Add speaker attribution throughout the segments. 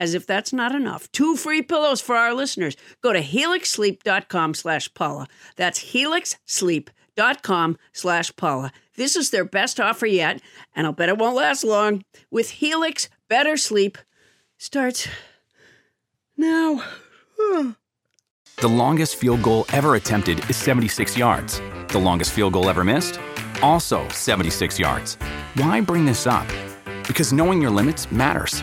Speaker 1: as if that's not enough, two free pillows for our listeners. Go to helixsleep.com slash Paula. That's helixsleep.com slash Paula. This is their best offer yet, and I'll bet it won't last long. With Helix, better sleep starts now.
Speaker 2: The longest field goal ever attempted is 76 yards. The longest field goal ever missed? Also 76 yards. Why bring this up? Because knowing your limits matters,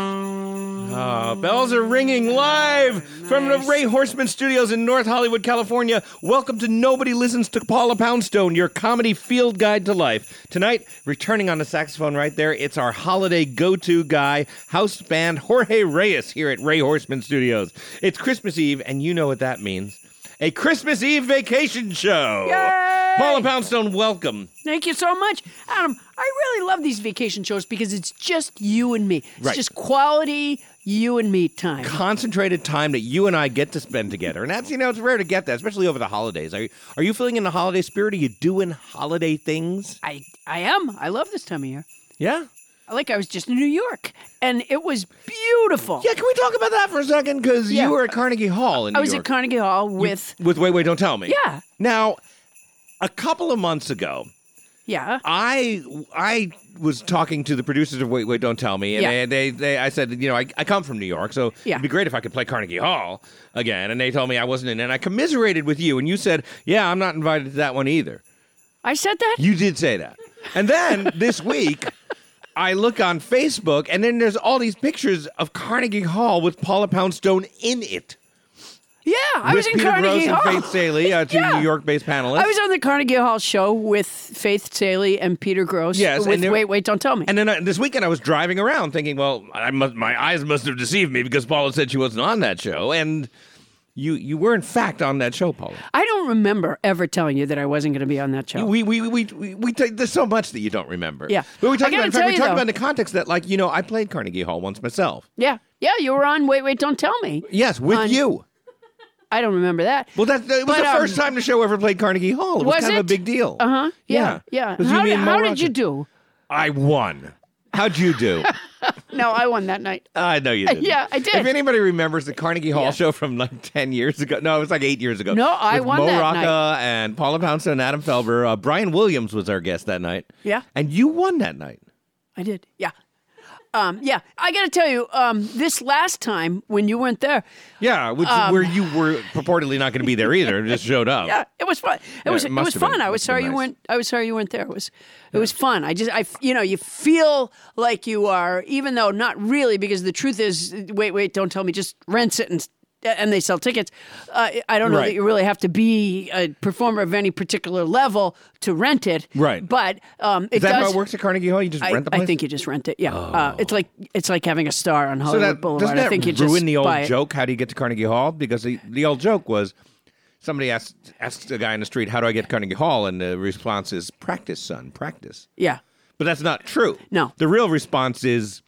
Speaker 3: Uh, bells are ringing live from the Ray Horseman Studios in North Hollywood, California. Welcome to Nobody Listens to Paula Poundstone, your comedy field guide to life. Tonight, returning on the saxophone right there, it's our holiday go to guy, house band Jorge Reyes here at Ray Horseman Studios. It's Christmas Eve, and you know what that means a Christmas Eve vacation show.
Speaker 1: Yay!
Speaker 3: Paula Poundstone, welcome.
Speaker 1: Thank you so much. Adam, I really love these vacation shows because it's just you and me. It's
Speaker 3: Right.
Speaker 1: just quality you and me time.
Speaker 3: concentrated time that you and I get to spend together. And that's, you know, it's rare to get that, especially over the holidays. Are you, are you feeling in the holiday spirit? Are you doing holiday things?
Speaker 1: I, I am. I love this time of year.
Speaker 3: Yeah.
Speaker 1: Like I was just in New York and it was beautiful.
Speaker 3: Yeah, can we talk about that for a second? Because
Speaker 1: Yeah.
Speaker 3: you were at Carnegie Hall in
Speaker 1: I
Speaker 3: New
Speaker 1: was
Speaker 3: York.
Speaker 1: at Carnegie Hall with
Speaker 3: with Wait, Wait, Don't Tell Me.
Speaker 1: Yeah.
Speaker 3: Now, a couple of months ago,
Speaker 1: yeah.
Speaker 3: I I was talking to the producers of Wait Wait Don't Tell Me, and
Speaker 1: Yeah.
Speaker 3: they, they they I said you know I, I come from New York, so
Speaker 1: Yeah.
Speaker 3: it'd be great if I could play Carnegie Hall again. And they told me I wasn't in, and I commiserated with you, and you said, yeah, I'm not invited to that one either.
Speaker 1: I said that.
Speaker 3: You did say that. And then this week, I look on Facebook, and then there's all these pictures of Carnegie Hall with Paula Poundstone in it.
Speaker 1: yeah, I
Speaker 3: with
Speaker 1: was in
Speaker 3: Peter
Speaker 1: Carnegie
Speaker 3: Gross
Speaker 1: Hall.
Speaker 3: and Faith Saley, uh, two
Speaker 1: Yeah.
Speaker 3: New York-based panelists.
Speaker 1: I was on the Carnegie Hall show with Faith Saley and Peter Gross.
Speaker 3: Yes, and
Speaker 1: with
Speaker 3: there-
Speaker 1: wait, wait, don't tell me.
Speaker 3: and then I, this weekend, I was driving around thinking, well, I must, my eyes must have deceived me because Paula said she wasn't on that show, and you you were in fact on that show, Paula.
Speaker 1: I don't remember ever telling you that I wasn't going to be on that show.
Speaker 3: We we we we, we take, there's so much that you don't remember.
Speaker 1: Yeah.
Speaker 3: but we talked
Speaker 1: I gotta
Speaker 3: about in fact,
Speaker 1: tell
Speaker 3: we
Speaker 1: you,
Speaker 3: talked
Speaker 1: though-
Speaker 3: about in the context that like you know I played Carnegie Hall once myself.
Speaker 1: yeah, yeah, you were on. Wait, wait, don't tell me.
Speaker 3: Yes, with
Speaker 1: On-
Speaker 3: you.
Speaker 1: I don't remember that.
Speaker 3: Well, that, that was
Speaker 1: But,
Speaker 3: the
Speaker 1: um,
Speaker 3: first time the show ever played Carnegie Hall. It was,
Speaker 1: was
Speaker 3: kind of
Speaker 1: it?
Speaker 3: a big deal.
Speaker 1: Uh huh. Yeah, yeah.
Speaker 3: It was you,
Speaker 1: How,
Speaker 3: me,
Speaker 1: did,
Speaker 3: and
Speaker 1: how
Speaker 3: Mo
Speaker 1: did you
Speaker 3: Rogers.
Speaker 1: do?
Speaker 3: I won. How'd you do?
Speaker 1: No, I won that night.
Speaker 3: I know you did.
Speaker 1: Yeah, I did.
Speaker 3: If anybody remembers the Carnegie Hall show from like 10 years ago, no, it was like eight years ago.
Speaker 1: No, I
Speaker 3: with
Speaker 1: won
Speaker 3: Mo
Speaker 1: that
Speaker 3: Rocca and Paula Poundstone and Adam Felber. Uh, Brian Williams was our guest that night.
Speaker 1: Yeah.
Speaker 3: And you won that night.
Speaker 1: I did. Yeah. Um, yeah, I got to tell you, um, this last time when you weren't there,
Speaker 3: Yeah, which where you were purportedly not going to be there either. and just showed up.
Speaker 1: Um, yeah, it was fun. It was
Speaker 3: it
Speaker 1: it,
Speaker 3: must
Speaker 1: was
Speaker 3: have been-
Speaker 1: fun. I
Speaker 3: must
Speaker 1: was
Speaker 3: have
Speaker 1: sorry
Speaker 3: been
Speaker 1: you
Speaker 3: nice.
Speaker 1: weren't. I was sorry you weren't there. It was it was fun. I just I f- you know you feel like you are, even though not really, because the truth is, wait, wait, don't tell me. Just rents it and. And they sell tickets. Uh, I don't know
Speaker 3: Right.
Speaker 1: that you really have to be a performer of any particular level to rent it.
Speaker 3: Right.
Speaker 1: But um, it
Speaker 3: Is that
Speaker 1: does.
Speaker 3: how it works at Carnegie Hall? You just
Speaker 1: I,
Speaker 3: rent the place?
Speaker 1: I think you just rent it. Yeah. Uh, it's like it's like having a star on Hollywood Boulevard.
Speaker 3: doesn't that
Speaker 1: I think you
Speaker 3: ruin
Speaker 1: just
Speaker 3: the old
Speaker 1: buy it.
Speaker 3: joke? How do you get to Carnegie Hall? Because the, the old joke was somebody asked asked a guy in the street, "How do I get to Carnegie Hall?" And the response is, "Practice, son, practice."
Speaker 1: Yeah.
Speaker 3: But that's not true.
Speaker 1: No.
Speaker 3: the real response is,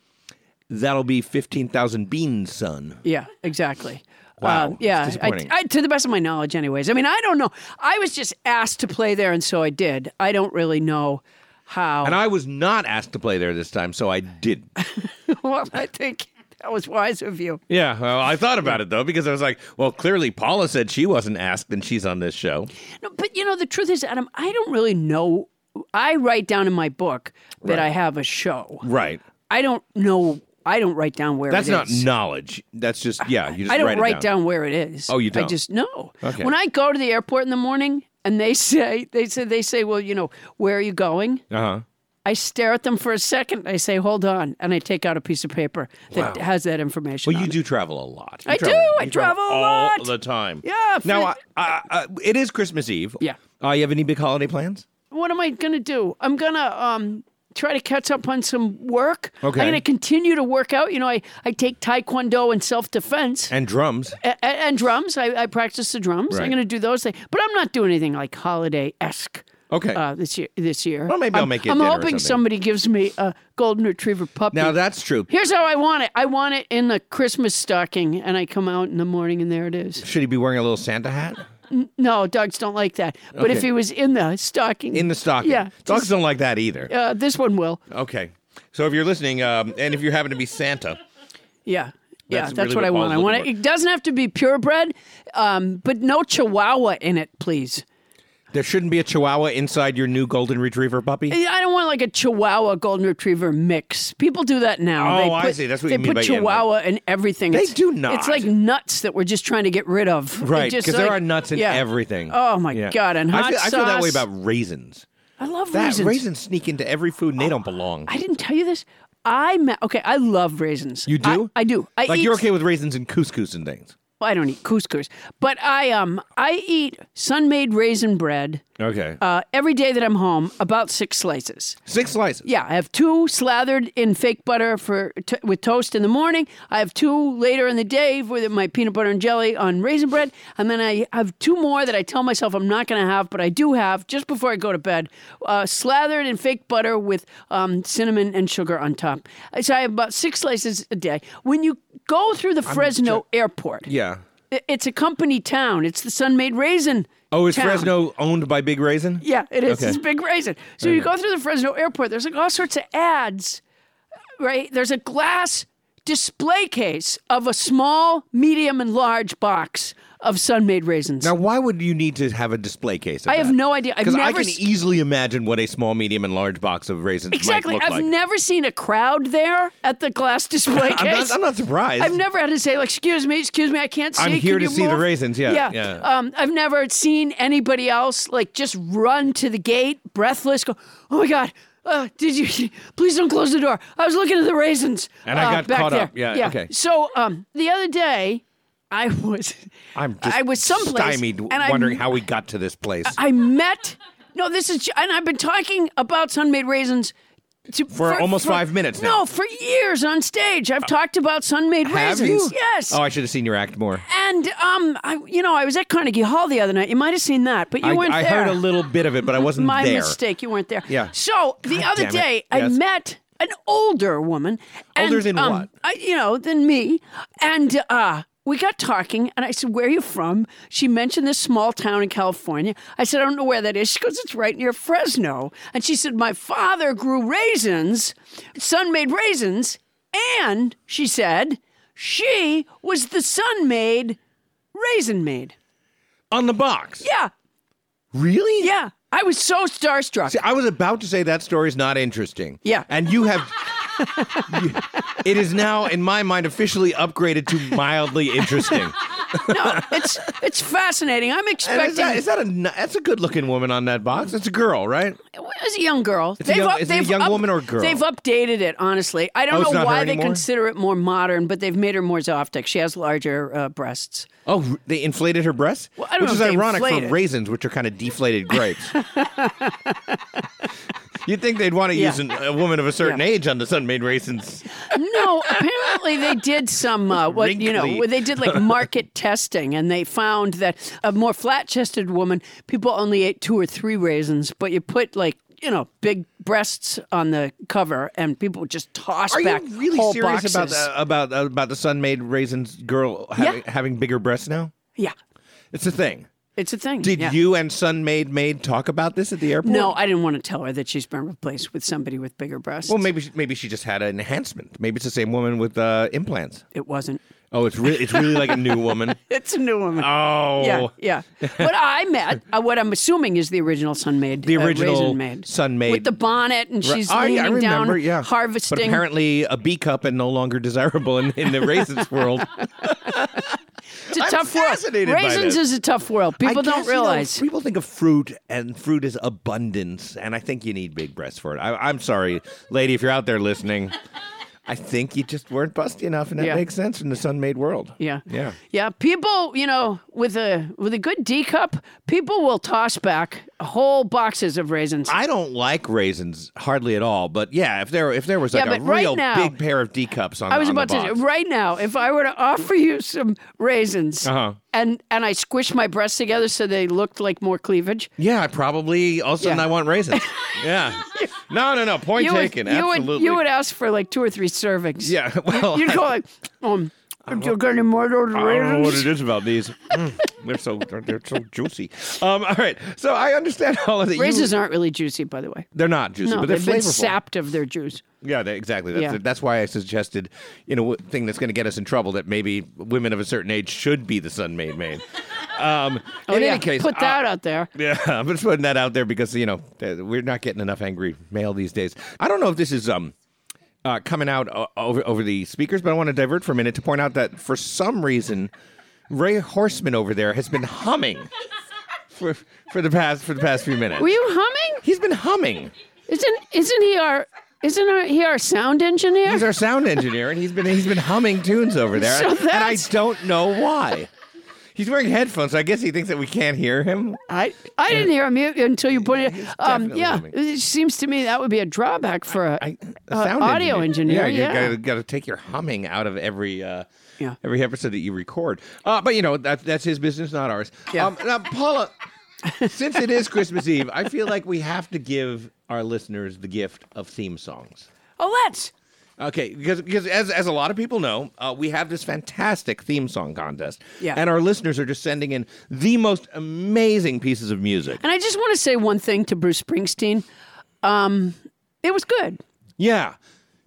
Speaker 3: "That'll be fifteen thousand beans, son."
Speaker 1: Yeah, exactly.
Speaker 3: Wow,
Speaker 1: Um, yeah,
Speaker 3: it's
Speaker 1: I,
Speaker 3: disappointing.
Speaker 1: I- to the best of my knowledge, anyways. I mean, I don't know. I was just asked to play there, and so I did. I don't really know how.
Speaker 3: And I was not asked to play there this time, so I did.
Speaker 1: well, I think that was wise of you.
Speaker 3: yeah, well, I thought about it though because I was like, well, clearly Paula said she wasn't asked, and she's on this show.
Speaker 1: No, but you know, the truth is, Adam, I don't really know I write down in my book that I have a show.
Speaker 3: Right.
Speaker 1: I don't know. I don't write down where
Speaker 3: That's
Speaker 1: it
Speaker 3: not
Speaker 1: is.
Speaker 3: knowledge. That's just yeah. You just
Speaker 1: I don't
Speaker 3: write,
Speaker 1: write,
Speaker 3: it
Speaker 1: down. where it is.
Speaker 3: Oh, you
Speaker 1: I
Speaker 3: don't?
Speaker 1: just know.
Speaker 3: Okay.
Speaker 1: When I go to the airport in the morning and they say they say they say, well, you know, where are you going?
Speaker 3: Uh huh.
Speaker 1: I stare at them for a second. I say, hold on, and I take out a piece of paper that has that information.
Speaker 3: Well,
Speaker 1: on
Speaker 3: you
Speaker 1: it.
Speaker 3: do travel a lot. You
Speaker 1: I
Speaker 3: travel-
Speaker 1: do.
Speaker 3: you
Speaker 1: I travel a
Speaker 3: all
Speaker 1: lot.
Speaker 3: the time.
Speaker 1: Yeah, for-
Speaker 3: Now I, I, I, it is Christmas Eve.
Speaker 1: Yeah.
Speaker 3: Uh, you have any big holiday plans?
Speaker 1: what am I gonna do? I'm gonna um try to catch up on some work.
Speaker 3: Okay.
Speaker 1: I'm gonna continue to work out. You know, I, I take taekwondo and self defense.
Speaker 3: And drums.
Speaker 1: and, and drums. I, I practice the drums.
Speaker 3: Right.
Speaker 1: I'm going to do those things, but I'm not doing anything like holiday esque.
Speaker 3: Okay.
Speaker 1: Uh, this year, this year.
Speaker 3: Well, maybe I'll
Speaker 1: I'm-
Speaker 3: make you
Speaker 1: I'm
Speaker 3: dinner or
Speaker 1: hoping somebody
Speaker 3: something.
Speaker 1: gives me a golden retriever puppy.
Speaker 3: Now that's true.
Speaker 1: Here's how I want it. I want it in the Christmas stocking, and I come out in the morning, and there it is.
Speaker 3: Should he be wearing a little Santa hat
Speaker 1: No, dogs don't like that. But if
Speaker 3: Okay.
Speaker 1: he was in the stocking,
Speaker 3: in the stocking?
Speaker 1: Yeah,
Speaker 3: Dogs don't like that either.
Speaker 1: uh, this one will.
Speaker 3: Okay. So if you're listening, um, and if you happen to be Santa,
Speaker 1: Yeah. Yeah,
Speaker 3: That's
Speaker 1: that's, what,
Speaker 3: really what
Speaker 1: I
Speaker 3: Paul's
Speaker 1: want. I
Speaker 3: looking
Speaker 1: want it.
Speaker 3: for.
Speaker 1: It doesn't have to be purebred, um, but no Chihuahua in it, please.
Speaker 3: there shouldn't be a Chihuahua inside your new golden retriever puppy.
Speaker 1: I don't want like a Chihuahua Golden Retriever mix. People do that now.
Speaker 3: Oh, I see. That's what
Speaker 1: they
Speaker 3: you mean
Speaker 1: put
Speaker 3: by- yeah,
Speaker 1: Chihuahua in everything.
Speaker 3: They
Speaker 1: It's-
Speaker 3: do not.
Speaker 1: It's like nuts that we're just trying to get rid of. It
Speaker 3: Right,
Speaker 1: just
Speaker 3: because there
Speaker 1: like-
Speaker 3: are nuts in
Speaker 1: yeah.
Speaker 3: everything.
Speaker 1: Oh my
Speaker 3: Yeah.
Speaker 1: god! And hot
Speaker 3: I feel,
Speaker 1: sauce.
Speaker 3: I feel that way about raisins.
Speaker 1: I love
Speaker 3: That
Speaker 1: raisins.
Speaker 3: raisins. sneak into every food and they don't belong.
Speaker 1: I didn't tell you this. I ma- okay. I love raisins.
Speaker 3: You do?
Speaker 1: I, I do. I
Speaker 3: like
Speaker 1: eat
Speaker 3: you're okay with raisins and couscous and things.
Speaker 1: Well, I don't eat couscous, but I um I eat sun-made raisin bread
Speaker 3: Okay.
Speaker 1: uh, every day that I'm home, about six slices.
Speaker 3: Six slices.
Speaker 1: Yeah, I have two slathered in fake butter for t- with toast in the morning. I have two later in the day with my peanut butter and jelly on raisin bread, and then I have two more that I tell myself I'm not going to have, but I do have just before I go to bed, uh, slathered in fake butter with um, cinnamon and sugar on top. So I have about six slices a day. When you go through the Fresno airport,
Speaker 3: Yeah.
Speaker 1: i- it's a company town. It's the Sun Made Raisin.
Speaker 3: Oh, is
Speaker 1: town.
Speaker 3: Fresno owned by Big Raisin?
Speaker 1: Yeah, it is.
Speaker 3: Okay.
Speaker 1: It's a big raisin. So you go through the Fresno airport, there's like all sorts of ads, right? There's a glass display case of a small, medium, and large box of sun made raisins.
Speaker 3: Now, why would you need to have a display case? Of
Speaker 1: I have no idea. I've
Speaker 3: Because I
Speaker 1: never
Speaker 3: can
Speaker 1: s-
Speaker 3: easily imagine what a small, medium, and large box of raisins
Speaker 1: exactly.
Speaker 3: might look
Speaker 1: I've
Speaker 3: like.
Speaker 1: never seen a crowd there at the glass display case.
Speaker 3: I'm, not, I'm not surprised.
Speaker 1: I've never had to say like, "Excuse me, excuse me, I can't see."
Speaker 3: I'm here
Speaker 1: Can you
Speaker 3: to see the
Speaker 1: move?"
Speaker 3: raisins, yeah,
Speaker 1: yeah.
Speaker 3: yeah.
Speaker 1: Um, I've never seen anybody else like just run to the gate, breathless, go, "Oh my god." Uh, did you please don't close the door? I was looking at the raisins,
Speaker 3: And I
Speaker 1: uh,
Speaker 3: got
Speaker 1: back
Speaker 3: caught
Speaker 1: there.
Speaker 3: up. Yeah, okay.
Speaker 1: So um, the other day, I was,
Speaker 3: I'm just
Speaker 1: I was someplace,
Speaker 3: stymied,
Speaker 1: and I
Speaker 3: wondering how we got to this place.
Speaker 1: I met. No, this is, and I've been talking about sun-made raisins to,
Speaker 3: For almost five minutes now.
Speaker 1: No, for years on stage, I've talked about sun-made
Speaker 3: have
Speaker 1: raisins.
Speaker 3: you?
Speaker 1: Yes.
Speaker 3: Oh, I should have seen your act more.
Speaker 1: And um, I, you know, I was at Carnegie Hall the other night. You might have seen that, but you
Speaker 3: I,
Speaker 1: weren't
Speaker 3: I
Speaker 1: there.
Speaker 3: heard a little bit of it, but I wasn't
Speaker 1: My
Speaker 3: there.
Speaker 1: mistake. You weren't there.
Speaker 3: Yeah.
Speaker 1: So the
Speaker 3: God
Speaker 1: other
Speaker 3: damn it.
Speaker 1: day, I
Speaker 3: Yes.
Speaker 1: met an older woman. And,
Speaker 3: Older than
Speaker 1: um,
Speaker 3: what?
Speaker 1: I, you know, than me. And uh, we got talking, and I said, "Where are you from?" She mentioned this small town in California. I said, "I don't know where that is." She goes, "It's right near Fresno." And she said, "My father grew raisins, son made raisins," and she said, "She was the son made." Raisin Maid.
Speaker 3: On the box.
Speaker 1: Yeah,
Speaker 3: Really?
Speaker 1: yeah. I was so starstruck.
Speaker 3: See, I was about to say that story's not interesting.
Speaker 1: Yeah.
Speaker 3: And you have. you- it is now, in my mind, officially upgraded to mildly interesting.
Speaker 1: no, it's it's fascinating. I'm
Speaker 3: And
Speaker 1: expecting.
Speaker 3: is that, is that a n- that's a good looking woman on that box? It's a girl, right?
Speaker 1: It's a young girl.
Speaker 3: a young- is it a
Speaker 1: they've
Speaker 3: young woman or a girl?
Speaker 1: They've updated it. Honestly, I
Speaker 3: Oh,
Speaker 1: don't
Speaker 3: it's
Speaker 1: know
Speaker 3: not her
Speaker 1: why they
Speaker 3: anymore?
Speaker 1: consider it more modern, but they've made her more zoptic. She has larger uh, breasts.
Speaker 3: Oh, r- they inflated her breasts,
Speaker 1: Well, I don't
Speaker 3: which
Speaker 1: know
Speaker 3: is
Speaker 1: if they
Speaker 3: ironic
Speaker 1: inflate
Speaker 3: for
Speaker 1: it.
Speaker 3: raisins, which are kind of deflated grapes. You'd think they'd want to
Speaker 1: Yeah.
Speaker 3: use an, a woman of a certain
Speaker 1: Yeah.
Speaker 3: age on the sun-made raisins.
Speaker 1: No, apparently they did some uh, what you know
Speaker 3: Wrinkly.
Speaker 1: what they did like market testing, and they found that a more flat-chested woman, people only ate two or three raisins, but you put like. You know, big breasts on the cover, and people just toss
Speaker 3: Are
Speaker 1: back
Speaker 3: you really
Speaker 1: whole
Speaker 3: serious
Speaker 1: boxes.
Speaker 3: about the, about about the sun-made raisins girl having, having bigger breasts now?
Speaker 1: Yeah,
Speaker 3: It's a thing.
Speaker 1: it's a thing.
Speaker 3: Did
Speaker 1: yeah.
Speaker 3: you and sun-made maid talk about this at the airport?
Speaker 1: No, I didn't want to tell her that she's been replaced with somebody with bigger breasts.
Speaker 3: Well, maybe she- maybe she just had an enhancement. Maybe it's the same woman with uh, implants.
Speaker 1: it wasn't.
Speaker 3: Oh, it's really it's really like a new woman.
Speaker 1: It's a new woman.
Speaker 3: Oh,
Speaker 1: Yeah, yeah. What I met, uh, what I'm assuming is the original Sun Maid.
Speaker 3: The
Speaker 1: uh,
Speaker 3: original
Speaker 1: Raisin Maid.
Speaker 3: Sun Maid.
Speaker 1: With the bonnet, and she's
Speaker 3: I,
Speaker 1: leaning
Speaker 3: I remember.
Speaker 1: down,
Speaker 3: yeah,
Speaker 1: harvesting.
Speaker 3: But apparently, a B cup and no longer desirable in, in the raisins world.
Speaker 1: it's a
Speaker 3: I'm
Speaker 1: tough
Speaker 3: fascinated by
Speaker 1: world. Raisins
Speaker 3: this.
Speaker 1: is a tough world. People
Speaker 3: I guess,
Speaker 1: don't
Speaker 3: you know,
Speaker 1: realize.
Speaker 3: people think of fruit, and fruit is abundance, and I think you need big breasts for it. I, I'm sorry, lady, if you're out there listening. I think you just weren't busty enough, and that
Speaker 1: Yeah.
Speaker 3: makes sense in the sun-made world.
Speaker 1: yeah.
Speaker 3: Yeah.
Speaker 1: Yeah. People, you know, with a with a good D cup, people will toss back whole boxes of raisins.
Speaker 3: I don't like raisins hardly at all, but yeah, if there if there was like
Speaker 1: Yeah,
Speaker 3: a
Speaker 1: but right
Speaker 3: real
Speaker 1: now-
Speaker 3: big pair of D cups on,
Speaker 1: I was
Speaker 3: on the
Speaker 1: about to
Speaker 3: box.
Speaker 1: right now. If I were to offer you some raisins,
Speaker 3: Uh-huh.
Speaker 1: and and I squished my breasts together so they looked like more cleavage,
Speaker 3: Yeah, I probably all of a sudden
Speaker 1: Yeah.
Speaker 3: I want raisins. yeah. No, no, no. Point
Speaker 1: you
Speaker 3: taken.
Speaker 1: would you
Speaker 3: Absolutely.
Speaker 1: would you would ask for like two or three servings.
Speaker 3: Yeah. Well,
Speaker 1: you'd go like, um, do you got any more raisins?
Speaker 3: I don't know what it is about these. Mm, they're so they're, they're so juicy. Um, all right. So I understand all of that. You-
Speaker 1: Raisins aren't really juicy, by the way.
Speaker 3: they're not juicy,
Speaker 1: No,
Speaker 3: but they're
Speaker 1: they've been
Speaker 3: flavorful.
Speaker 1: sapped of their juice.
Speaker 3: Yeah, they, exactly. That's,
Speaker 1: Yeah.
Speaker 3: that's why I suggested, you know, wh- thing that's going to get us in trouble that maybe women of a certain age should be the sun made maid. Um,
Speaker 1: Oh,
Speaker 3: in
Speaker 1: yeah.
Speaker 3: any case,
Speaker 1: put
Speaker 3: uh,
Speaker 1: that out there.
Speaker 3: Yeah, I'm just putting that out there because you know th- we're not getting enough angry mail these days. I don't know if this is um uh, coming out o- over over the speakers, but I want to divert for a minute to point out that for some reason Ray Horseman over there has been humming for for the past for the past few minutes.
Speaker 1: Were you humming?
Speaker 3: He's been humming.
Speaker 1: Isn't isn't he our isn't our, he our sound engineer?
Speaker 3: He's our sound engineer, and he's been he's been humming tunes over there,
Speaker 1: So
Speaker 3: and I
Speaker 1: that's-
Speaker 3: don't know why. He's wearing headphones, so I guess he thinks that we can't hear him.
Speaker 1: I I didn't hear him u- until you pointed. it out. Um,
Speaker 3: Uh, definitely
Speaker 1: yeah,
Speaker 3: humming.
Speaker 1: it seems to me that would be a drawback for a
Speaker 3: I, a
Speaker 1: Uh,
Speaker 3: sound
Speaker 1: audio engineer,
Speaker 3: Yeah,
Speaker 1: yeah.
Speaker 3: you got to take your humming out of every uh,
Speaker 1: Yeah.
Speaker 3: every episode that you record. Uh, but you know that that's his business, not ours.
Speaker 1: Yeah.
Speaker 3: Um, now, Paula, since it is Christmas Eve, I feel like we have to give our listeners the gift of theme songs.
Speaker 1: oh let's
Speaker 3: Okay, because because as as a lot of people know, uh, we have this fantastic theme song contest,
Speaker 1: Yeah.
Speaker 3: and our listeners are just sending in the most amazing pieces of music.
Speaker 1: and I just want to say one thing to Bruce Springsteen. Um, it was good.
Speaker 3: Yeah,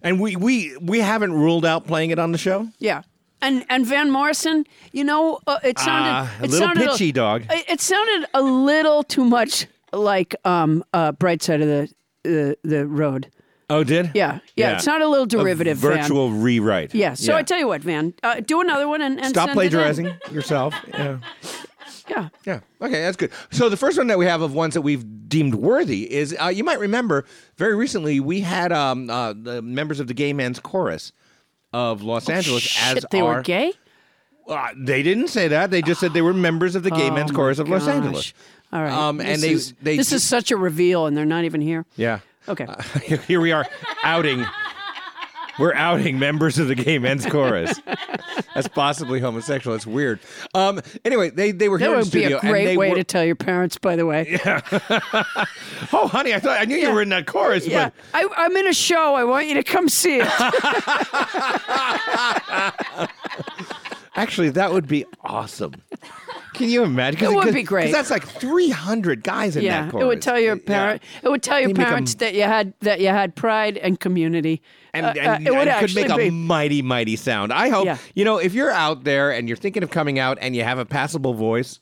Speaker 3: and we we we haven't ruled out playing it on the show.
Speaker 1: Yeah. And and Van Morrison, you know, uh, it sounded
Speaker 3: Ah, a
Speaker 1: it
Speaker 3: little
Speaker 1: sounded
Speaker 3: pitchy, dog.
Speaker 1: It, it sounded a little too much like um uh bright side of the the, the road.
Speaker 3: Oh, did?
Speaker 1: Yeah. Yeah, it sounded a little derivative, Van.
Speaker 3: virtual rewrite.
Speaker 1: Yeah. So I tell you what, Van, uh, do another one and, and
Speaker 3: Stop
Speaker 1: send it in.
Speaker 3: plagiarizing yourself. Yeah.
Speaker 1: Yeah.
Speaker 3: Yeah. Okay, that's good. So the first one that we have of ones that we've deemed worthy is uh, you might remember very recently we had um, uh, the members of the Gay Men's Chorus of Los Angeles
Speaker 1: Oh, Shit,
Speaker 3: as
Speaker 1: they
Speaker 3: our
Speaker 1: were gay.
Speaker 3: Uh, they didn't say that. They just said they were members of the Gay Men's Chorus of Los
Speaker 1: Oh Gosh.
Speaker 3: Angeles.
Speaker 1: All right.
Speaker 3: Um, and
Speaker 1: This
Speaker 3: they
Speaker 1: is-
Speaker 3: they
Speaker 1: this is such a reveal, and they're not even here.
Speaker 3: yeah. Uh,
Speaker 1: Okay.
Speaker 3: Here we are outing. We're outing members of the Gay Men's Chorus. That's possibly homosexual. That's weird. Um, anyway, they, they were
Speaker 1: that
Speaker 3: here in the
Speaker 1: would be
Speaker 3: studio.
Speaker 1: a
Speaker 3: and they
Speaker 1: great way
Speaker 3: were,
Speaker 1: to tell your parents, by the way. Yeah.
Speaker 3: Oh, honey, I thought I knew you were in that chorus, but
Speaker 1: I, I'm in a show. I want you to come see it.
Speaker 3: actually, that would be awesome. Can you imagine? 'Cause-
Speaker 1: It would
Speaker 3: 'cause-
Speaker 1: be great.
Speaker 3: 'cause That's like 300 guys in
Speaker 1: yeah.
Speaker 3: that
Speaker 1: It
Speaker 3: chorus.
Speaker 1: would tell your
Speaker 3: Yeah.
Speaker 1: parent. It would tell your
Speaker 3: They make 'em-
Speaker 1: parents that you had that you had pride and community.
Speaker 3: and,
Speaker 1: Uh,
Speaker 3: and,
Speaker 1: uh, it would
Speaker 3: and could
Speaker 1: actually
Speaker 3: make a
Speaker 1: be.
Speaker 3: mighty, mighty sound. I hope
Speaker 1: Yeah.
Speaker 3: you know if you're out there and you're thinking of coming out and you have a passable voice,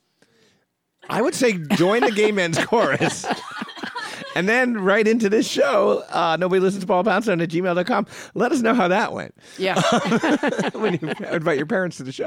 Speaker 3: I would say join the gay men's chorus. And then right into this show, uh, nobody listens to Paul Poundstone at gmail.com. Let us know how that went
Speaker 1: Yeah.
Speaker 3: when you invite your parents to the show.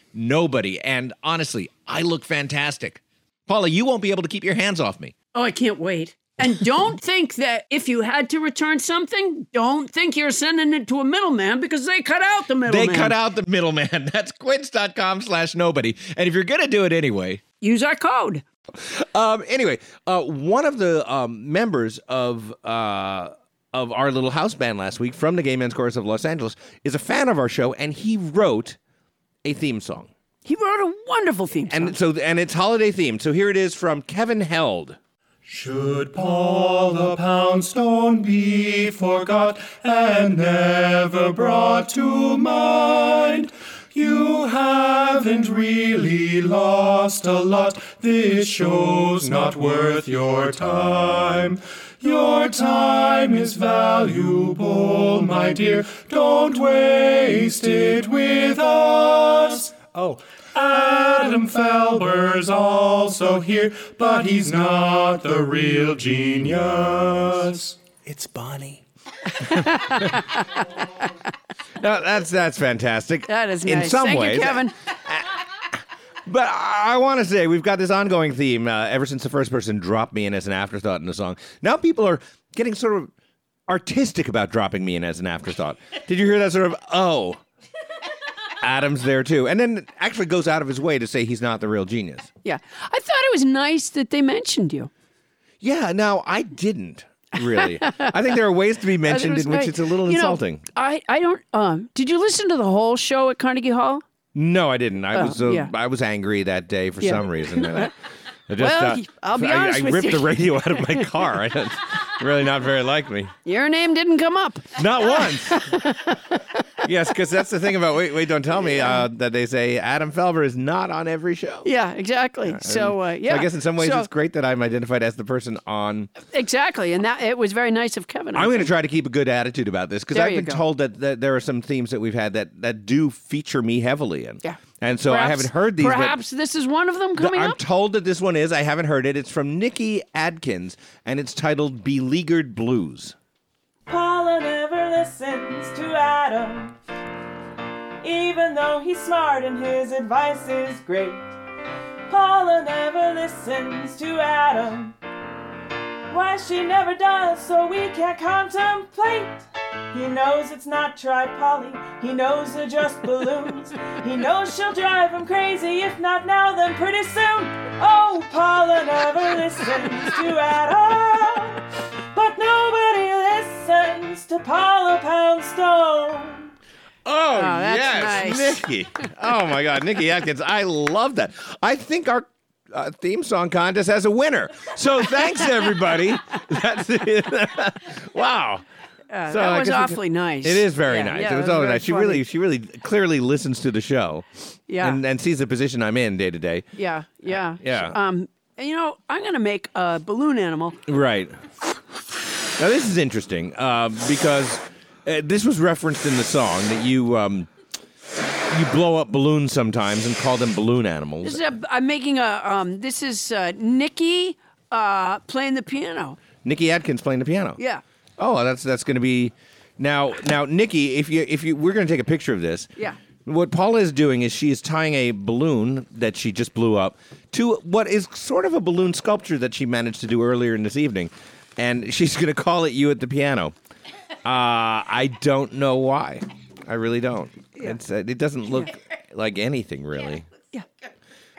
Speaker 4: nobody. And honestly, I look fantastic. Paula, you won't be able to keep your hands off me.
Speaker 1: Oh, I can't wait. And don't think that if you had to return something, don't think you're sending it to a middleman because they cut out the middleman.
Speaker 4: They cut out the middleman. That's quince.com slash nobody. And if you're going to do it anyway,
Speaker 1: Use our code.
Speaker 3: Um, anyway, uh, one of the um, members of uh, of our little house band last week from the Gay Men's Chorus of Los Angeles is a fan of our show, and he wrote a theme song,
Speaker 1: He wrote a wonderful theme song.
Speaker 3: and so and it's holiday themed. So here it is from Kevin Held.
Speaker 5: Should Paula Poundstone be forgot and never brought to mind? You haven't really lost a lot. This show's not worth your time. Your time is valuable, my dear. Don't waste it with us. Oh. Adam Felber's also here, but he's not the real genius. It's Bonnie.
Speaker 3: Now, that's that's fantastic.
Speaker 1: that is
Speaker 3: in
Speaker 1: nice.
Speaker 3: some
Speaker 1: Thank
Speaker 3: ways,
Speaker 1: you, Kevin.
Speaker 3: But I want to say we've got this ongoing theme uh, ever since the first person dropped me in as an afterthought in the song. Now people are getting sort of artistic about dropping me in as an afterthought. Did you hear that sort of oh? Adam's there too, and then actually goes out of his way to say he's not the real genius.
Speaker 1: Yeah. I thought it was nice that they mentioned you.
Speaker 3: Yeah, now I didn't really. I think there are ways to be
Speaker 1: I thought it
Speaker 3: mentioned
Speaker 1: was
Speaker 3: in which
Speaker 1: great.
Speaker 3: it's a little
Speaker 1: You know,
Speaker 3: insulting.
Speaker 1: I, I don't um did you listen to the whole show at Carnegie Hall?
Speaker 3: No, I didn't. I
Speaker 1: Oh,
Speaker 3: was uh,
Speaker 1: yeah.
Speaker 3: I was angry that day for
Speaker 1: Yeah.
Speaker 3: some reason. I, I just, uh,
Speaker 1: Well, y- I'll be
Speaker 3: I-
Speaker 1: honest
Speaker 3: I,
Speaker 1: with
Speaker 3: ripped
Speaker 1: you.
Speaker 3: the radio out of my car. I don't- really not very like me.
Speaker 1: Your name didn't come up.
Speaker 3: Not once. yes, because that's the thing about wait, wait, don't tell me uh, that they say Adam Felber is not on every show.
Speaker 1: Yeah, exactly. So uh, yeah.
Speaker 3: I guess in some ways
Speaker 1: So-
Speaker 3: it's great that I'm identified as the person on.
Speaker 1: Exactly. And that it was very nice of Kevin.
Speaker 3: I'm going to try to keep a good attitude about this because
Speaker 1: There
Speaker 3: I've
Speaker 1: you
Speaker 3: been
Speaker 1: go.
Speaker 3: told that, that there are some themes that we've had that, that do feature me heavily in.
Speaker 1: Yeah.
Speaker 3: And so I haven't heard these. but-
Speaker 1: Perhaps this is one of them
Speaker 3: The-
Speaker 1: coming
Speaker 3: I'm
Speaker 1: up.
Speaker 3: told that this one is. I haven't heard it. It's from Nikki Adkins, and it's titled "Beleaguered Blues."
Speaker 6: Paula never listens to Adam, even though he's smart and his advice is great. Paula never listens to Adam. Why she never does, so we can't contemplate. He knows it's not tri-poly, he knows they're just balloons. He knows she'll drive him crazy, if not now, then pretty soon. Oh, Paula never listens to Adam, but nobody listens to Paula Poundstone.
Speaker 3: Oh,
Speaker 1: that's
Speaker 3: yes,
Speaker 1: nice.
Speaker 3: Nikki. Oh my God, Nikki Adkins. I love that. I think our uh, theme song contest has a winner. So thanks everybody. That's
Speaker 1: Uh,
Speaker 3: wow. so
Speaker 1: that
Speaker 3: uh, I
Speaker 1: was
Speaker 3: guess we
Speaker 1: awful
Speaker 3: could-
Speaker 1: nice.
Speaker 3: It is very
Speaker 1: Yeah,
Speaker 3: nice.
Speaker 1: yeah,
Speaker 3: it was
Speaker 1: that
Speaker 3: all
Speaker 1: was very
Speaker 3: nice. She
Speaker 1: funny.
Speaker 3: really, she really clearly listens to the show.
Speaker 1: Yeah.
Speaker 3: And, and sees the position I'm in day to day.
Speaker 1: Yeah, yeah.
Speaker 3: Yeah.
Speaker 1: Um and, you know, I'm gonna make a balloon animal.
Speaker 3: Right. Now this is interesting uh, because uh, this was referenced in the song that you um, you blow up balloons sometimes and call them balloon
Speaker 1: This
Speaker 3: animals.
Speaker 1: is a, I'm making a um this is uh Nikki uh playing the piano.
Speaker 3: Nikki Adkins playing the piano.
Speaker 1: Yeah.
Speaker 3: Oh, that's that's going to be now now Nikki. If you if you we're going to take a picture of this.
Speaker 1: Yeah.
Speaker 3: What Paula is doing is she is tying a balloon that she just blew up to what is sort of a balloon sculpture that she managed to do earlier in this evening, and she's going to call it "You at the Piano." Uh, I don't know why. I really don't. It's uh, it doesn't look like anything really.
Speaker 1: Yeah.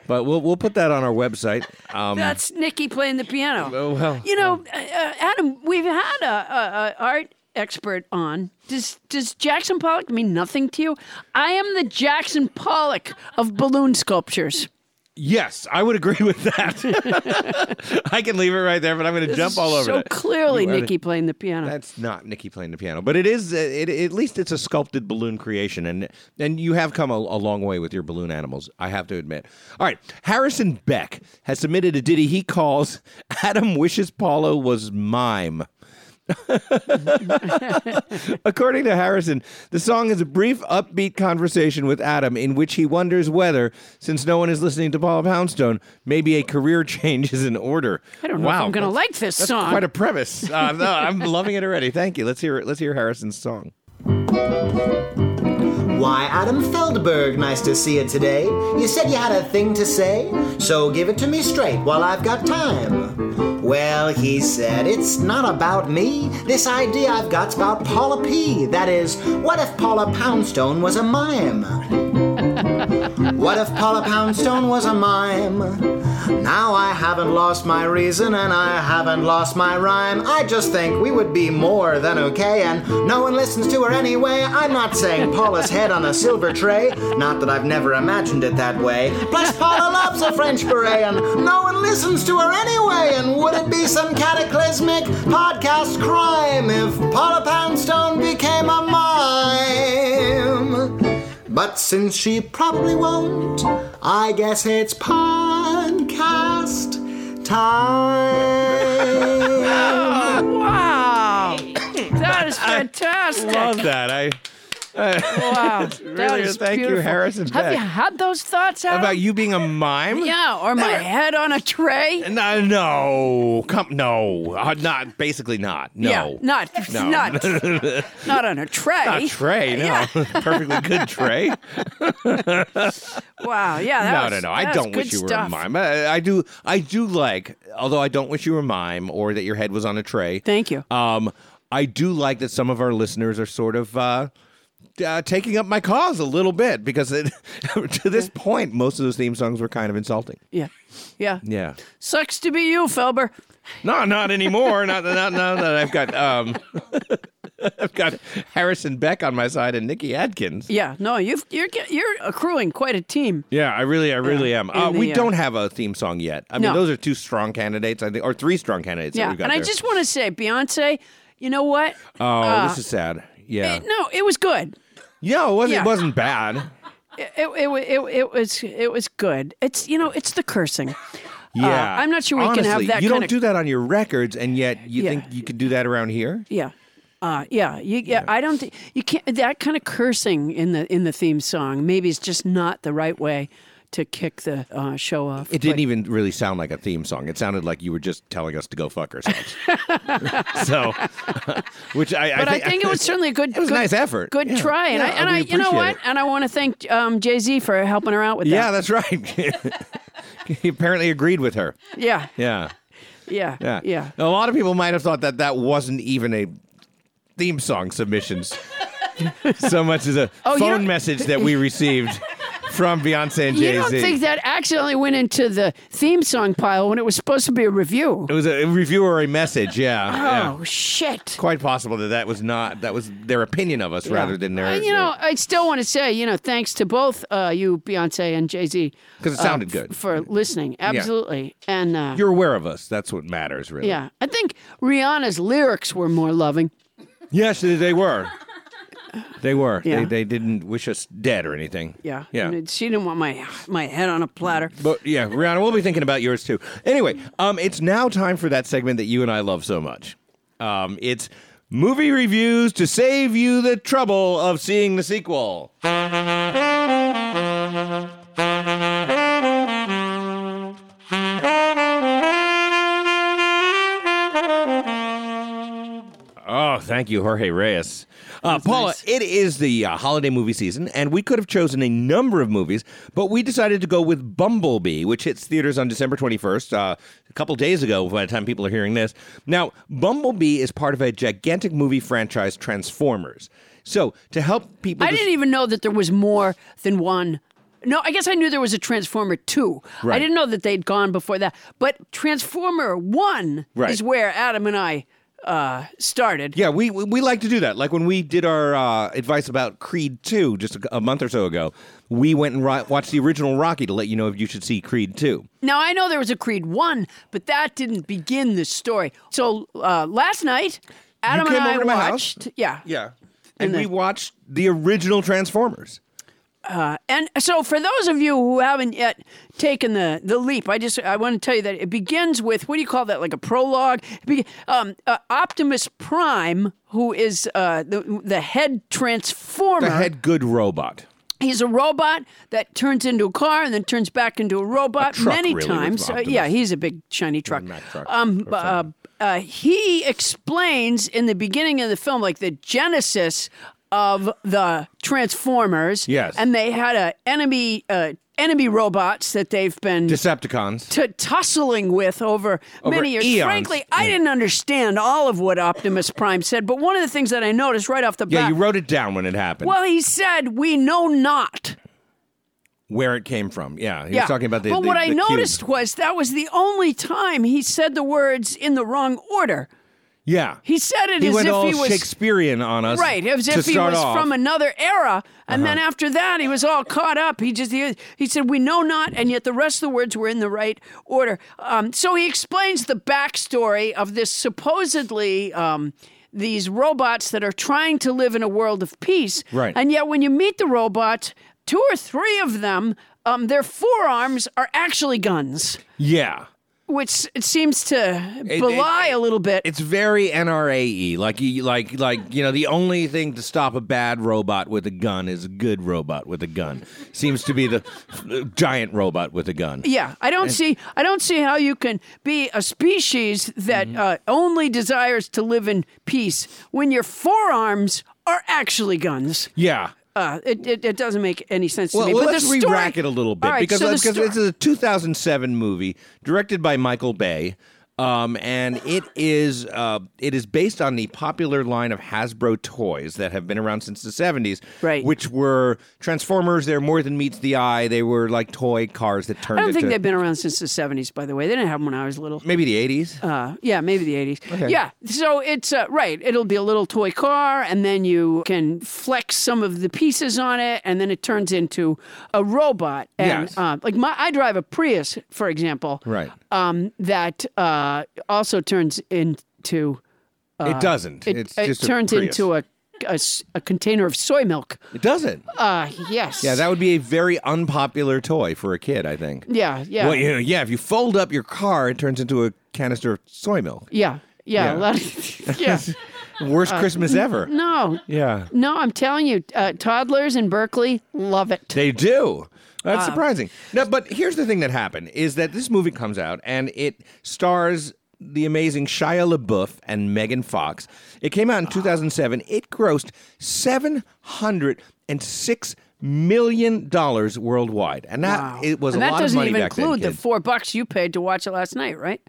Speaker 3: But we'll we'll put that on our website. Um,
Speaker 1: That's Nikki playing the piano.
Speaker 3: oh, well.
Speaker 1: You know, uh, uh, Adam, we've had a, a, a art expert on. Does does Jackson Pollock mean nothing to you? I am the Jackson Pollock of balloon sculptures.
Speaker 3: yes, I would agree with that. I can leave it right there, but I'm going to jump all over
Speaker 1: so
Speaker 3: it.
Speaker 1: clearly,
Speaker 3: You are the-
Speaker 1: Nikki playing the piano.
Speaker 3: That's not Nikki playing the piano, but it is. uh, It, at least it's a sculpted balloon creation, and and you have come a, a long way with your balloon animals. I have to admit. All right, Harrison Beck has submitted a ditty he calls "Adam Wishes Paulo Was Mime." According to Harrison, the song is a brief, upbeat conversation with Adam in which he wonders whether, since no one is listening to Paula Poundstone, maybe a career change is in order.
Speaker 1: I don't know if
Speaker 3: Wow,
Speaker 1: I'm going to
Speaker 3: that's-
Speaker 1: like this
Speaker 3: that's
Speaker 1: song.
Speaker 3: quite a premise. Uh, no, I'm loving it already. Thank you. Let's hear it. Let's hear Harrison's song.
Speaker 7: Why, Adam Feldberg, nice to see you today. You said you had a thing to say, so give it to me straight while I've got time. Well, he said, it's not about me. This idea I've got's about Paula P. That is, what if Paula Poundstone was a mime? what if Paula Poundstone was a mime? Now I haven't lost my reason and I haven't lost my rhyme. I just think we would be more than okay, and no one listens to her anyway. I'm not saying Paula's head on a silver tray, not that I've never imagined it that way. Plus, Paula loves a French beret, and no one listens to her anyway. And would it be some cataclysmic podcast crime if Paula Poundstone became a mime? But since she probably won't, I guess it's podcast time.
Speaker 1: wow. that is fantastic.
Speaker 3: Love that. I
Speaker 1: wow. that
Speaker 3: really
Speaker 1: is
Speaker 3: thank you,
Speaker 1: beautiful.
Speaker 3: Harrison
Speaker 1: Have
Speaker 3: Beck.
Speaker 1: you had those thoughts, Adam?
Speaker 3: about you being a mime.
Speaker 1: yeah, or my head on a tray.
Speaker 3: No, no, come, no, Uh, not basically not. No,
Speaker 1: Yeah, not,
Speaker 3: No.
Speaker 1: not, not on a tray.
Speaker 3: Not Trey, no. Perfectly good Trey.
Speaker 1: Wow, yeah, that
Speaker 3: no,
Speaker 1: was,
Speaker 3: no, no.
Speaker 1: that
Speaker 3: I
Speaker 1: was
Speaker 3: don't
Speaker 1: good
Speaker 3: wish you were
Speaker 1: stuff.
Speaker 3: a mime. I, I do I do like, although I don't wish you were a mime or that your head was on a tray.
Speaker 1: Thank you.
Speaker 3: Um, I do like that some of our listeners are sort of uh, uh, taking up my cause a little bit because it, to this point, most of those theme songs were kind of insulting.
Speaker 1: Yeah. Yeah.
Speaker 3: Yeah.
Speaker 1: Sucks to be you, Felber.
Speaker 3: No, not anymore. not, not now that I've got um, I've got Harrison Beck on my side and Nikki Adkins.
Speaker 1: Yeah, no, you've, you're get- you're accruing quite a team.
Speaker 3: Yeah, I really, I really am. Uh,
Speaker 1: In
Speaker 3: we
Speaker 1: the, uh,
Speaker 3: don't have a theme song yet. I mean,
Speaker 1: No.
Speaker 3: those are two strong candidates, I think, or three strong candidates. that
Speaker 1: Yeah,
Speaker 3: we
Speaker 1: and
Speaker 3: got
Speaker 1: I
Speaker 3: there.
Speaker 1: just want to say, Beyonce, you know what?
Speaker 3: oh, this is sad. Yeah,
Speaker 1: It- no, it was good.
Speaker 3: yeah, it wasn't,
Speaker 1: yeah.
Speaker 3: it wasn't bad.
Speaker 1: It, it, wa- it, it was it was good. It's you know it's the cursing.
Speaker 3: Yeah,
Speaker 1: Uh, I'm not sure we can have
Speaker 3: Honestly,
Speaker 1: that
Speaker 3: You
Speaker 1: kind
Speaker 3: don't
Speaker 1: of-
Speaker 3: do that on your records, and yet you
Speaker 1: Yeah.
Speaker 3: think you could do that around here.
Speaker 1: Yeah. Uh, yeah, you, yeah, I don't think you can't. That kind of cursing in the in the theme song maybe is just not the right way to kick the uh, show off.
Speaker 3: It didn't even really sound like a theme song. It sounded like you were just telling us to go fuck ourselves. so, which I,
Speaker 1: but
Speaker 3: I,
Speaker 1: I think it was certainly a good.
Speaker 3: It was a
Speaker 1: good-
Speaker 3: nice effort.
Speaker 1: Good
Speaker 3: Yeah.
Speaker 1: try, and I
Speaker 3: Yeah,
Speaker 1: and
Speaker 3: we
Speaker 1: I you know
Speaker 3: appreciate
Speaker 1: what?
Speaker 3: it.
Speaker 1: And I want to thank um, Jay Z for helping her out with
Speaker 3: Yeah,
Speaker 1: that.
Speaker 3: that's right. he apparently agreed with her.
Speaker 1: Yeah,
Speaker 3: Yeah,
Speaker 1: yeah,
Speaker 3: yeah, Oh,
Speaker 1: yeah, yeah.
Speaker 3: A lot of people might have thought that that wasn't even a theme song submissions, so much as a
Speaker 1: Oh, you
Speaker 3: phone
Speaker 1: don't-
Speaker 3: message that we received from Beyonce and
Speaker 1: You
Speaker 3: Jay
Speaker 1: don't
Speaker 3: Z.
Speaker 1: think that accidentally went into the theme song pile when it was supposed to be a review?
Speaker 3: it was a review or a message. Yeah. yeah.
Speaker 1: Oh shit!
Speaker 3: Quite possible that that was not that was their opinion of us rather than their.
Speaker 1: Uh, you know, I still want to say, you know, thanks to both uh, you, Beyonce and Jay Z,
Speaker 3: 'Cause it sounded good.
Speaker 1: for listening. Absolutely, and uh,
Speaker 3: you're aware of us. That's what matters, really.
Speaker 1: yeah, I think Rihanna's lyrics were more loving.
Speaker 3: Yes, they, they were. They were.
Speaker 1: Yeah.
Speaker 3: They, they didn't wish us dead or anything.
Speaker 1: Yeah,
Speaker 3: Yeah.
Speaker 1: And it- she didn't want my my head on a platter.
Speaker 3: But yeah, Rihanna, we'll be thinking about yours too. Anyway, um, it's now time for that segment that you and I love so much. Um, it's movie reviews to save you the trouble of seeing the sequel. Oh, thank you, Jorge Reyes. Uh, Paula,
Speaker 1: nice.
Speaker 3: it is the uh, holiday movie season, and we could have chosen a number of movies, but we decided to go with Bumblebee, which hits theaters on December 21st, uh, a couple days ago by the time people are hearing this. Now, Bumblebee is part of a gigantic movie franchise, Transformers. So, to help people.
Speaker 1: I
Speaker 3: dis-
Speaker 1: didn't e-, even know that there was more than one. No, I guess I knew there was a Transformer 2. I
Speaker 3: Right.
Speaker 1: didn't know that they'd gone before that. But Transformer 1
Speaker 3: Right.
Speaker 1: is where Adam and I uh, started.
Speaker 3: Yeah, we, we we like to do that. Like when we did our uh, advice about Creed Two just a, a month or so ago, we went and ro- watched the original Rocky to let you know if you should see Creed Two.
Speaker 1: Now, I know there was a Creed 1, but that didn't begin this story. So uh, last night, Adam
Speaker 3: came
Speaker 1: and I
Speaker 3: over to my house?
Speaker 1: watched. Yeah.
Speaker 3: Yeah, and
Speaker 1: And
Speaker 3: we
Speaker 1: the-
Speaker 3: watched the original Transformers.
Speaker 1: And so, for those of you who haven't yet taken the, the leap, I just I want to tell you that it begins with what do you call that? Like a prologue. It be- um, uh, Optimus Prime, who is uh, the the head transformer.
Speaker 3: The head good robot.
Speaker 1: He's a robot that turns into a car and then turns back into a robot
Speaker 3: truck,
Speaker 1: many
Speaker 3: really, with
Speaker 1: times. Uh,
Speaker 3: Optimus.
Speaker 1: yeah, he's a big shiny truck.
Speaker 3: Mack truck
Speaker 1: Um, bu- uh, uh, he explains in the beginning of the film, like the genesis of the Transformers.
Speaker 3: Yes.
Speaker 1: and they had a enemy uh, enemy robots that they've been
Speaker 3: Decepticons.
Speaker 1: to tussling with over, many years.
Speaker 3: eons.
Speaker 1: Frankly, I didn't understand all of what Optimus Prime said, but one of the things that I noticed right off the
Speaker 3: Yeah,
Speaker 1: bat.
Speaker 3: you wrote it down when it happened.
Speaker 1: well, he said, "We know not."
Speaker 3: where it came from. Yeah, he was talking about the.
Speaker 1: But
Speaker 3: the-
Speaker 1: what
Speaker 3: the
Speaker 1: I
Speaker 3: cube.
Speaker 1: noticed was that was the only time he said the words in the wrong order.
Speaker 3: Yeah,
Speaker 1: He said it
Speaker 3: he
Speaker 1: as
Speaker 3: went
Speaker 1: if
Speaker 3: all
Speaker 1: he was
Speaker 3: Shakespearean on us.
Speaker 1: right, as
Speaker 3: to
Speaker 1: if he
Speaker 3: start
Speaker 1: was
Speaker 3: off. Uh-huh.
Speaker 1: from another era. And then after that, he was all caught up. He just he, he said, "We know not," and yet the rest of the words were in the right order. Um, so he explains the backstory of this supposedly. Um, these robots that are trying to live in a world of peace,
Speaker 3: Right.
Speaker 1: And yet, when you meet the robots, two or three of them, um, their forearms are actually guns
Speaker 3: Yeah.
Speaker 1: which it seems to
Speaker 3: It-
Speaker 1: belie
Speaker 3: it-
Speaker 1: a little bit.
Speaker 3: It's very NRAE, E. like you, like like you know. The only thing to stop a bad robot with a gun is a good robot with a gun. Seems to be the uh, giant robot with a gun.
Speaker 1: yeah, I don't see. I don't see how you can be a species that
Speaker 3: Mm-hmm.
Speaker 1: uh, only desires to live in peace when your forearms are actually guns.
Speaker 3: Yeah.
Speaker 1: Uh, it, it, it doesn't make any sense
Speaker 3: Well,
Speaker 1: to me.
Speaker 3: well,
Speaker 1: but
Speaker 3: let's
Speaker 1: the story,
Speaker 3: re-rack it a little bit
Speaker 1: All right,
Speaker 3: because
Speaker 1: so the
Speaker 3: because
Speaker 1: sto-
Speaker 3: it's a 2007 movie directed by Michael Bay, um, and it is uh, it is based on the popular line of Hasbro toys that have been around since the 70s,
Speaker 1: Right.
Speaker 3: Which were Transformers. They're more than meets the eye. They were like toy cars that turned.
Speaker 1: I don't think
Speaker 3: into-
Speaker 1: they've been around since the '70s. By the way, they didn't have them when I was little.
Speaker 3: maybe the 80s.
Speaker 1: Uh, yeah, maybe the 80s. Yeah. So it's uh, right. It'll be a little toy car, and then you can flex some of the pieces on it, and then it turns into a robot. And
Speaker 3: Yes.
Speaker 1: uh, like my, I drive a Prius, for example.
Speaker 3: Right.
Speaker 1: Um, that uh, also turns into
Speaker 3: it doesn't.
Speaker 1: uh, it,
Speaker 3: it's
Speaker 1: it
Speaker 3: just
Speaker 1: turns
Speaker 3: a Prius.
Speaker 1: into a, a s- a container of soy milk.
Speaker 3: It doesn't.
Speaker 1: Uh, yes.
Speaker 3: yeah, that would be a very unpopular toy for a kid, I think.
Speaker 1: Yeah. Yeah.
Speaker 3: Well, you know, yeah, if you fold up your car, it turns into a canister of soy milk.
Speaker 1: yeah. Yeah.
Speaker 3: Yeah.
Speaker 1: a lot of- yeah. Uh,
Speaker 3: Worst
Speaker 1: mm-hmm.
Speaker 3: Christmas ever.
Speaker 1: No.
Speaker 3: Yeah.
Speaker 1: No, I'm telling you, uh, toddlers in Berkeley love it.
Speaker 3: They do. That's surprising. No, but here's the thing that happened is that this movie comes out and it stars the amazing Shia LaBeouf and Megan Fox. It came out in 2007. It grossed 706 million dollars worldwide. And that it was
Speaker 1: and
Speaker 3: a
Speaker 1: that
Speaker 3: lot
Speaker 1: doesn't
Speaker 3: of money
Speaker 1: even
Speaker 3: back then,
Speaker 1: include the
Speaker 3: kids.
Speaker 1: four bucks you paid to watch it last night, right?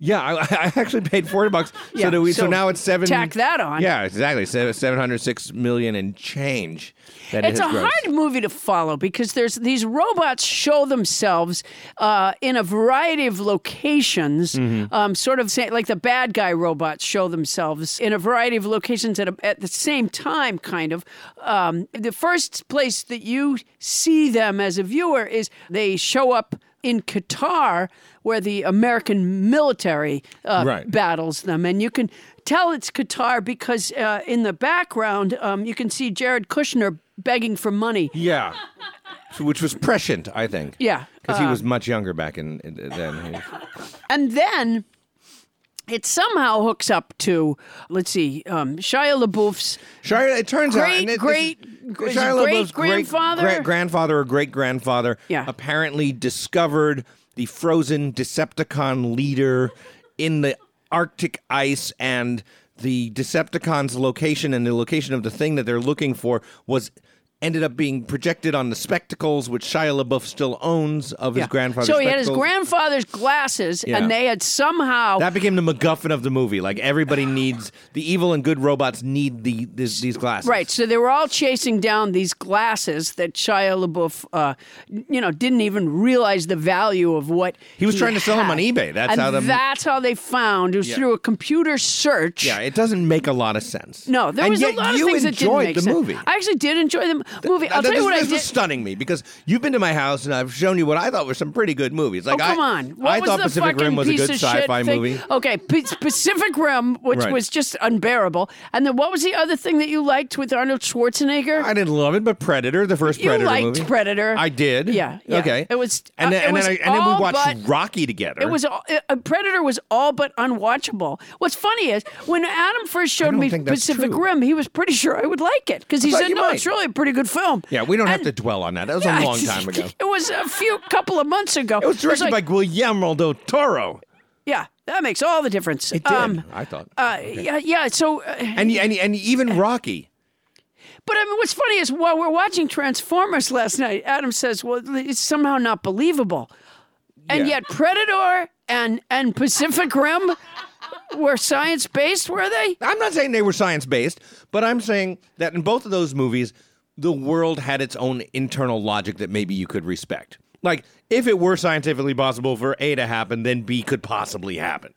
Speaker 3: Yeah, I, I actually paid forty bucks. so
Speaker 1: Yeah,
Speaker 3: do we, so,
Speaker 1: so
Speaker 3: now it's seven.
Speaker 1: tack that on.
Speaker 3: Yeah, exactly. Seven seven hundred six million and change. That
Speaker 1: It's
Speaker 3: it
Speaker 1: a
Speaker 3: has grossed.
Speaker 1: hard movie to follow because there's these robots show themselves uh, in a variety of locations,
Speaker 3: Mm-hmm.
Speaker 1: um, sort of say, like the bad guy robots show themselves in a variety of locations at, a, at the same time, kind of. Um, the first place that you see them as a viewer is they show up in Qatar where the American military uh,
Speaker 3: Right.
Speaker 1: battles them. And you can tell it's Qatar because uh, in the background, um, you can see Jared Kushner begging for money.
Speaker 3: Yeah, So- which was prescient, I think.
Speaker 1: Yeah. Uh.
Speaker 3: because he was much younger back in, in then.
Speaker 1: And then it somehow hooks up to, let's see, um, Shia LaBeouf's.
Speaker 3: Shia, it turns out
Speaker 1: Great,
Speaker 3: and it-
Speaker 1: great-
Speaker 3: this
Speaker 1: is
Speaker 3: Shia
Speaker 1: it
Speaker 3: LaBeouf's
Speaker 1: great grandfather?
Speaker 3: great grandfather, or great grandfather,
Speaker 1: Yeah.
Speaker 3: apparently discovered the frozen Decepticon leader in the Arctic ice and the Decepticons' location and the location of the thing that they're looking for was ended up being projected on the spectacles, which Shia LaBeouf still owns of his grandfather's
Speaker 1: So he had his
Speaker 3: spectacles.
Speaker 1: grandfather's glasses,
Speaker 3: Yeah.
Speaker 1: and they had somehow
Speaker 3: That became the MacGuffin of the movie. Like everybody needs the evil and good robots need the this, these glasses.
Speaker 1: Right, so they were all chasing down these glasses that Shia LaBeouf, uh, you know, didn't even realize the value of what
Speaker 3: He was trying to sell 'em
Speaker 1: had.
Speaker 3: on eBay. That's
Speaker 1: And
Speaker 3: how the-
Speaker 1: that's how they found. It was through a computer search.
Speaker 3: Yeah, it doesn't make a lot of sense.
Speaker 1: No, there
Speaker 3: and
Speaker 1: was
Speaker 3: yet
Speaker 1: a lot
Speaker 3: you
Speaker 1: of things that didn't
Speaker 3: enjoyed
Speaker 1: make
Speaker 3: the
Speaker 1: sense.
Speaker 3: movie.
Speaker 1: I actually did enjoy the m- movie. I'll
Speaker 3: Now,
Speaker 1: tell you
Speaker 3: this-
Speaker 1: what I
Speaker 3: this
Speaker 1: did.
Speaker 3: was stunning me because you've been to my house and I've shown you what I thought were some pretty good movies. Like
Speaker 1: oh, come
Speaker 3: I,
Speaker 1: on. What
Speaker 3: I
Speaker 1: was
Speaker 3: thought
Speaker 1: the
Speaker 3: Pacific
Speaker 1: fucking
Speaker 3: Rim was a
Speaker 1: piece
Speaker 3: good
Speaker 1: of shit
Speaker 3: sci-fi
Speaker 1: thing? Oh.
Speaker 3: movie.
Speaker 1: Okay, P- Pacific Rim, which
Speaker 3: Right.
Speaker 1: was just unbearable. And then what was the other thing that you liked with Arnold Schwarzenegger?
Speaker 3: I didn't love it, but Predator, the first
Speaker 1: You
Speaker 3: Predator
Speaker 1: liked
Speaker 3: movie.
Speaker 1: Predator.
Speaker 3: I did.
Speaker 1: Yeah, yeah.
Speaker 3: Okay.
Speaker 1: It was-
Speaker 3: and
Speaker 1: uh,
Speaker 3: then,
Speaker 1: it
Speaker 3: and,
Speaker 1: was
Speaker 3: then I- and then
Speaker 1: all
Speaker 3: we watched
Speaker 1: but-
Speaker 3: Rocky together.
Speaker 1: It was all, uh, Predator was all but unwatchable. What's funny is when Adam first showed
Speaker 3: don't
Speaker 1: me
Speaker 3: think that's
Speaker 1: Pacific
Speaker 3: true.
Speaker 1: Rim, he was pretty sure I would like it because he
Speaker 3: thought
Speaker 1: said,
Speaker 3: you
Speaker 1: "No,
Speaker 3: might."
Speaker 1: it's really a pretty good film."
Speaker 4: Yeah, we don't have
Speaker 1: And-
Speaker 4: to dwell on that. That was
Speaker 1: Yeah,
Speaker 4: a long time ago.
Speaker 1: It was a few couple of months ago.
Speaker 3: It was directed
Speaker 1: like,
Speaker 3: by Guillermo del Toro.
Speaker 1: yeah, that makes all the difference. It
Speaker 3: did, I thought.
Speaker 1: Uh, Yeah, yeah. So, uh,
Speaker 3: and, and and even Rocky.
Speaker 1: but I mean, what's funny is while we're watching Transformers last night, Adam says, "Well, it's somehow not believable," and
Speaker 3: Yeah.
Speaker 1: yet Predator and and Pacific Rim were science based, were they?
Speaker 3: I'm not saying they were science based, but I'm saying that in both of those movies, the world had its own internal logic that maybe you could respect. Like, if it were scientifically possible for A to happen, then B could possibly happen.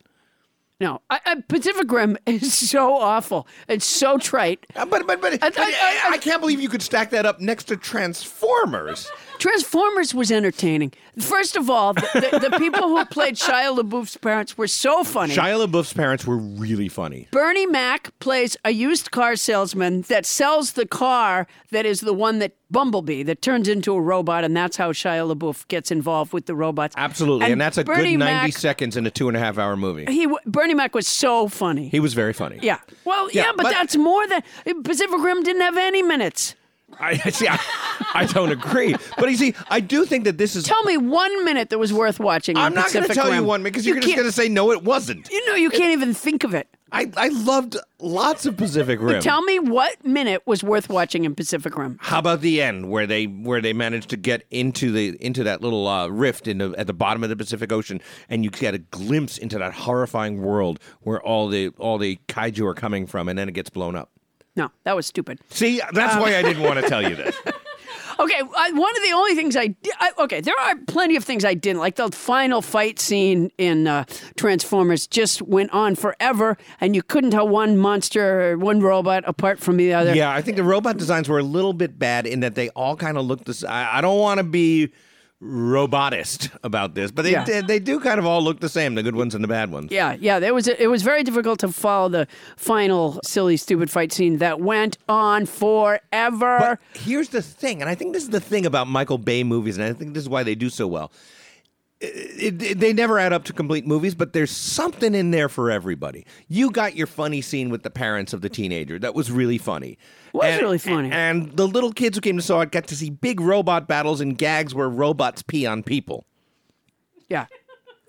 Speaker 1: No, I, I, Pacific Rim is so awful. It's so trite.
Speaker 3: Uh, But but but,
Speaker 1: I-
Speaker 3: but I,
Speaker 1: I-
Speaker 3: I can't believe you could stack that up next to Transformers.
Speaker 1: Transformers was entertaining. First of all, the, the, the people who played Shia LaBeouf's parents were so funny.
Speaker 3: Shia LaBeouf's parents were really funny.
Speaker 1: Bernie Mac plays a used car salesman that sells the car that is the one that Bumblebee that turns into a robot, and that's how Shia LaBeouf gets involved with the robots.
Speaker 3: Absolutely, and, that's a
Speaker 1: Bernie
Speaker 3: good 90
Speaker 1: Mac-
Speaker 3: seconds in a two and a half hour movie.
Speaker 1: He w- Bernie Mac was so funny.
Speaker 3: He was very funny.
Speaker 1: yeah. Well, yeah,
Speaker 3: Yeah,
Speaker 1: but,
Speaker 3: but-
Speaker 1: that's more than Pacific Rim didn't have any minutes.
Speaker 3: I see. I, I don't agree, but you see, I do think that this is.
Speaker 1: Tell me one minute that was worth watching.
Speaker 3: I'm not
Speaker 1: going
Speaker 3: going to tell you one because you're just going to say no, it wasn't.
Speaker 1: You know, you can't even think of it.
Speaker 3: I, I loved lots of Pacific Rim.
Speaker 1: Tell me what minute was worth watching in Pacific Rim.
Speaker 3: How about the end where they where they managed to get into the into that little uh, rift in the, at the bottom of the Pacific Ocean, and you get a glimpse into that horrifying world where all the all the kaiju are coming from, and then it gets blown up.
Speaker 1: No, that was stupid.
Speaker 3: See, that's why I didn't want to tell you this.
Speaker 1: Okay, I, one of the only things I, di- I okay, there are plenty of things I didn't like. The final fight scene in uh, Transformers just went on forever, and you couldn't tell one monster or one robot apart from the other.
Speaker 3: Yeah, I think the robot designs were a little bit bad in that they all kind of looked this. I, I don't want to be robotist about this, but they,
Speaker 1: Yeah.
Speaker 3: they they do kind of all look the same, the good ones and the bad ones.
Speaker 1: Yeah, yeah, there was it was very difficult to follow the final silly, stupid fight scene that went on forever.
Speaker 3: But here's the thing, and I think this is the thing about Michael Bay movies, and I think this is why they do so well. It, it- they never add up to complete movies, but there's something in there for everybody. You got your funny scene with the parents of the teenager. That was really funny.
Speaker 1: Was
Speaker 3: And-
Speaker 1: really funny.
Speaker 3: And the little kids who came to saw it got to see big robot battles and gags where robots pee on people.
Speaker 1: yeah,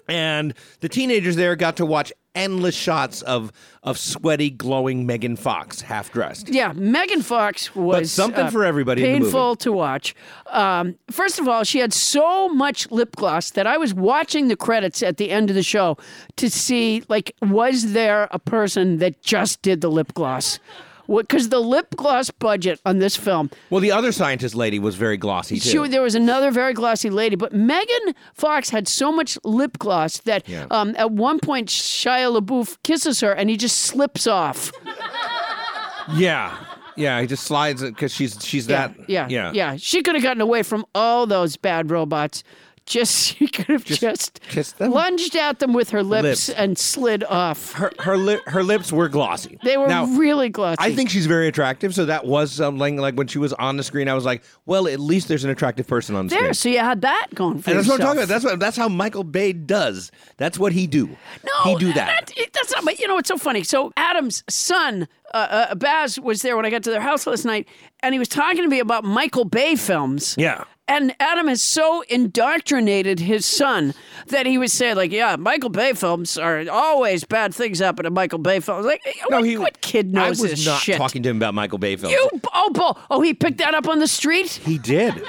Speaker 3: And the teenagers there got to watch endless shots of of sweaty, glowing Megan Fox half dressed.
Speaker 1: Yeah, Megan Fox was uh,
Speaker 3: something for everybody in the movie.
Speaker 1: Painful to watch. Um, first of all, she had so much lip gloss that I was watching the credits at the end of the show to see like was there a person that just did the lip gloss? Because the lip gloss budget on this film,
Speaker 3: Well, the other scientist lady was very glossy too.
Speaker 1: she, there was another very glossy lady, but Megan Fox had so much lip gloss that um, at one point Shia LaBeouf kisses her and he just slips off.
Speaker 3: Yeah. Yeah, he just slides it because she's she's that.
Speaker 1: yeah, yeah, yeah. She could have gotten away from all those bad robots. Just she could have just,
Speaker 3: kissed them?
Speaker 1: lunged at them with her lips,
Speaker 3: Lips.
Speaker 1: and slid off.
Speaker 3: Her her li- her lips were glossy.
Speaker 1: They were
Speaker 3: now,
Speaker 1: really glossy.
Speaker 3: I think she's very attractive, so that was something like when she was on the screen. I was like, well, at least there's an attractive person on the
Speaker 1: there.
Speaker 3: screen.
Speaker 1: So you had that going for
Speaker 3: And that's what
Speaker 1: yourself.
Speaker 3: I'm talking about. That's what that's how Michael Bay does. That's what he do.
Speaker 1: No,
Speaker 3: he do that.
Speaker 1: it- that's not. But you know, it's so funny. So Adam's son, uh, uh, Baz, was there when I got to their house last night, and he was talking to me about Michael Bay films.
Speaker 3: Yeah.
Speaker 1: And Adam has so indoctrinated his son that he would say, like, yeah, Michael Bay films are always bad things happen to Michael Bay films. Like, what, what kid knows
Speaker 3: I was
Speaker 1: this
Speaker 3: not
Speaker 1: shit?
Speaker 3: talking to him about Michael Bay films.
Speaker 1: you, oh, bull. oh, he picked that up on the street?
Speaker 3: He did.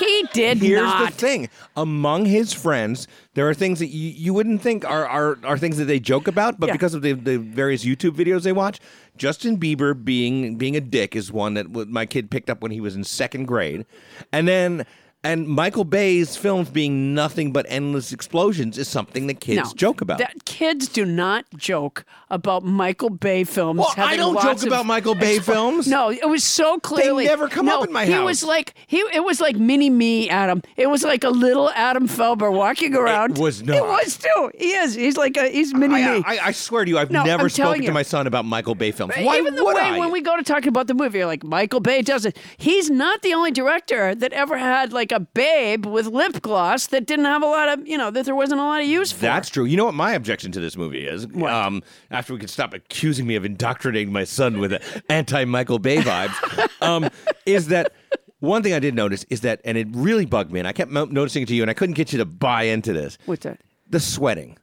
Speaker 1: He did
Speaker 3: Here's
Speaker 1: not.
Speaker 3: the thing: among his friends, there are things that you, you wouldn't think are, are are things that they joke about, but
Speaker 1: Yeah.
Speaker 3: because of the, the various YouTube videos they watch, Justin Bieber being being a dick is one that w- my kid picked up when he was in second grade, and then. And Michael Bay's films being nothing but endless explosions is something that kids
Speaker 1: No.
Speaker 3: joke about.
Speaker 1: That kids do not joke about Michael Bay films.
Speaker 3: Well, I
Speaker 1: having
Speaker 3: don't
Speaker 1: lots
Speaker 3: joke
Speaker 1: of
Speaker 3: about Michael Bay films.
Speaker 1: No, it was so clearly
Speaker 3: never come
Speaker 1: no,
Speaker 3: up in my
Speaker 1: he
Speaker 3: house.
Speaker 1: was like he. It was like mini me, Adam. It was like a little Adam Felber walking around.
Speaker 3: was
Speaker 1: It
Speaker 3: not.
Speaker 1: was too. He is. He's like a. He's mini
Speaker 3: I,
Speaker 1: me.
Speaker 3: I, I swear to you, I've
Speaker 1: No,
Speaker 3: never
Speaker 1: I'm telling
Speaker 3: spoken
Speaker 1: you.
Speaker 3: to my son about Michael Bay films. Why
Speaker 1: Even the
Speaker 3: would
Speaker 1: way
Speaker 3: I?
Speaker 1: when we go to talk about the movie, you're like Michael Bay does it. He's not the only director that ever had like a babe with lip gloss that didn't have a lot of you know that there wasn't a lot of use for.
Speaker 3: That's true. You know what my objection to this movie is? Um, after we can stop accusing me of indoctrinating my son with anti Michael Bay vibes, um, is that one thing I did notice is that, and it really bugged me, and I kept mo- noticing it to you, and I couldn't get you to buy into this
Speaker 1: What's that?
Speaker 3: the sweating.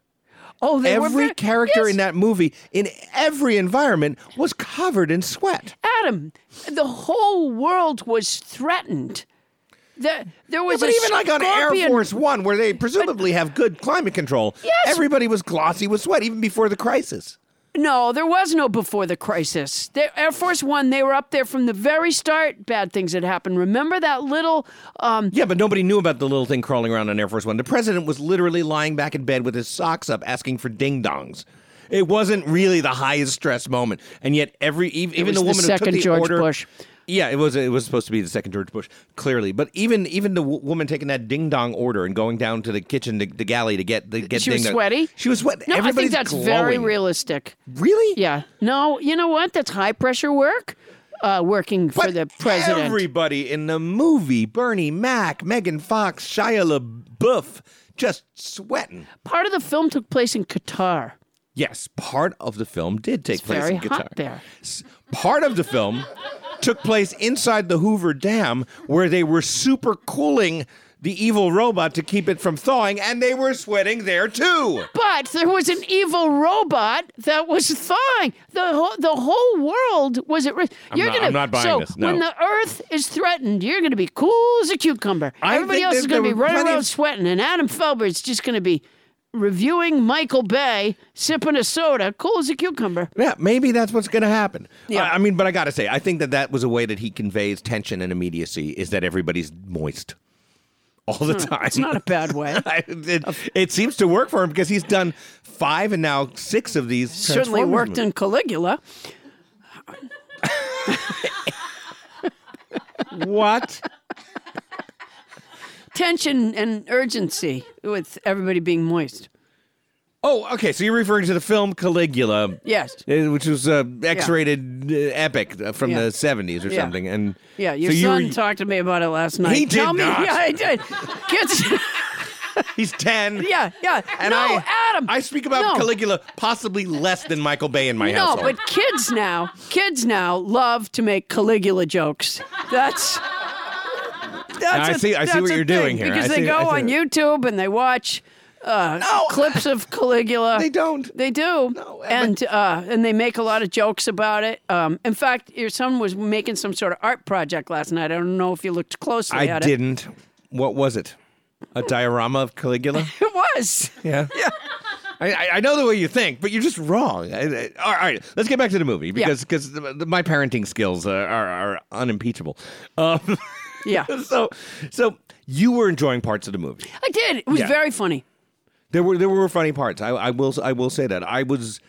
Speaker 1: Oh, they were
Speaker 3: Every
Speaker 1: very-
Speaker 3: character
Speaker 1: Yes.
Speaker 3: in that movie, in every environment, was covered in sweat.
Speaker 1: Adam, the whole world was threatened. There, there was
Speaker 3: but
Speaker 1: a
Speaker 3: even like on Air
Speaker 1: scorpion-
Speaker 3: Force One, where they presumably have good climate control,
Speaker 1: Yes.
Speaker 3: everybody was glossy with sweat, even before the crisis.
Speaker 1: No, there was no before the crisis. The Air Force One, they were up there from the very start. Bad things had happened. Remember that little? Um,
Speaker 3: Yeah, but nobody knew about the little thing crawling around on Air Force One. The president was literally lying back in bed with his socks up, asking for ding dongs. It wasn't really the highest stress moment, and yet every even, even
Speaker 1: was
Speaker 3: the
Speaker 1: the
Speaker 3: woman who took
Speaker 1: second
Speaker 3: the
Speaker 1: George
Speaker 3: order,
Speaker 1: Bush.
Speaker 3: Yeah, it was. It was supposed to be the second George Bush, clearly. But even even the w- woman taking that ding dong order and going down to the kitchen, the, the galley to get the get.
Speaker 1: she was
Speaker 3: ding-dong-
Speaker 1: sweaty.
Speaker 3: She was sweating.
Speaker 1: No, I
Speaker 3: Everybody's
Speaker 1: think that's very
Speaker 3: glowing.
Speaker 1: realistic.
Speaker 3: Really?
Speaker 1: Yeah. No, you know what? That's high pressure work. Uh, working for
Speaker 3: But
Speaker 1: the president.
Speaker 3: Everybody in the movie, Bernie Mac, Megan Fox, Shia LaBeouf, just sweating.
Speaker 1: Part of the film took place in Qatar.
Speaker 3: Yes, part of the film did take
Speaker 1: It's
Speaker 3: place
Speaker 1: very
Speaker 3: in Qatar.
Speaker 1: hot there.
Speaker 3: S- Part of the film took place inside the Hoover Dam, where they were super cooling the evil robot to keep it from thawing, and they were sweating there too.
Speaker 1: But there was an evil robot that was thawing. The whole, the whole world was at risk. You're
Speaker 3: not-
Speaker 1: gonna,
Speaker 3: I'm not buying
Speaker 1: so
Speaker 3: this, no.
Speaker 1: when the Earth is threatened, you're going to be cool as a cucumber.
Speaker 3: I
Speaker 1: Everybody
Speaker 3: think
Speaker 1: else
Speaker 3: that
Speaker 1: is going to
Speaker 3: there
Speaker 1: be
Speaker 3: were
Speaker 1: running
Speaker 3: plenty
Speaker 1: around
Speaker 3: of-
Speaker 1: sweating, and Adam Felbert's just going to be reviewing Michael Bay, sipping a soda, cool as a cucumber.
Speaker 3: Yeah, maybe that's what's going to happen.
Speaker 1: Yeah.
Speaker 3: I, I mean, but I got to say, I think that that was a way that he conveys tension and immediacy is that everybody's moist all the time.
Speaker 1: Hmm. It's not a bad way.
Speaker 3: I- it, it seems to work for him because he's done five and now six of these.
Speaker 1: Certainly
Speaker 3: Transformers
Speaker 1: worked
Speaker 3: movies.
Speaker 1: in Caligula.
Speaker 3: what?
Speaker 1: Tension and urgency with everybody being moist.
Speaker 3: Oh, okay. So you're referring to the film Caligula,
Speaker 1: Yes.
Speaker 3: eh, which was uh, X-rated uh, epic uh, from
Speaker 1: Yeah.
Speaker 3: the 70s or
Speaker 1: Yeah.
Speaker 3: something, and
Speaker 1: Yeah, your
Speaker 3: so you
Speaker 1: son
Speaker 3: were-
Speaker 1: talked to me about it last night.
Speaker 3: He did
Speaker 1: Tell me,
Speaker 3: not.
Speaker 1: Yeah, I did. Kids,
Speaker 3: he's 10.
Speaker 1: yeah, yeah.
Speaker 3: And
Speaker 1: no,
Speaker 3: I,
Speaker 1: Adam.
Speaker 3: I speak about
Speaker 1: no.
Speaker 3: Caligula possibly less than Michael Bay in my
Speaker 1: No,
Speaker 3: household.
Speaker 1: but kids now, kids now love to make Caligula jokes. That's. That's
Speaker 3: I
Speaker 1: a-
Speaker 3: see- I see
Speaker 1: that's
Speaker 3: what
Speaker 1: a
Speaker 3: you're
Speaker 1: thing,
Speaker 3: doing here.
Speaker 1: Because
Speaker 3: I
Speaker 1: they
Speaker 3: see-
Speaker 1: go
Speaker 3: I see
Speaker 1: on
Speaker 3: it.
Speaker 1: YouTube and they watch uh,
Speaker 3: Oh,
Speaker 1: clips of Caligula.
Speaker 3: They don't.
Speaker 1: They do.
Speaker 3: No,
Speaker 1: and uh, and they make a lot of jokes about it. Um, in fact, your son was making some sort of art project last night. I don't know if you looked closely
Speaker 3: I
Speaker 1: at
Speaker 3: didn't. What was it? A diorama of Caligula?
Speaker 1: it. It was.
Speaker 3: Yeah. Yeah. I, I- I know the way you think, but you're just wrong. I- I- all right, let's get back to the movie because because the, the- my parenting skills are, are, are unimpeachable. Um,
Speaker 1: Yeah.
Speaker 3: so so you were enjoying parts of the movie.
Speaker 1: I did. It was
Speaker 3: Yeah.
Speaker 1: very funny.
Speaker 3: There were there were funny parts. I, I will I will say that I was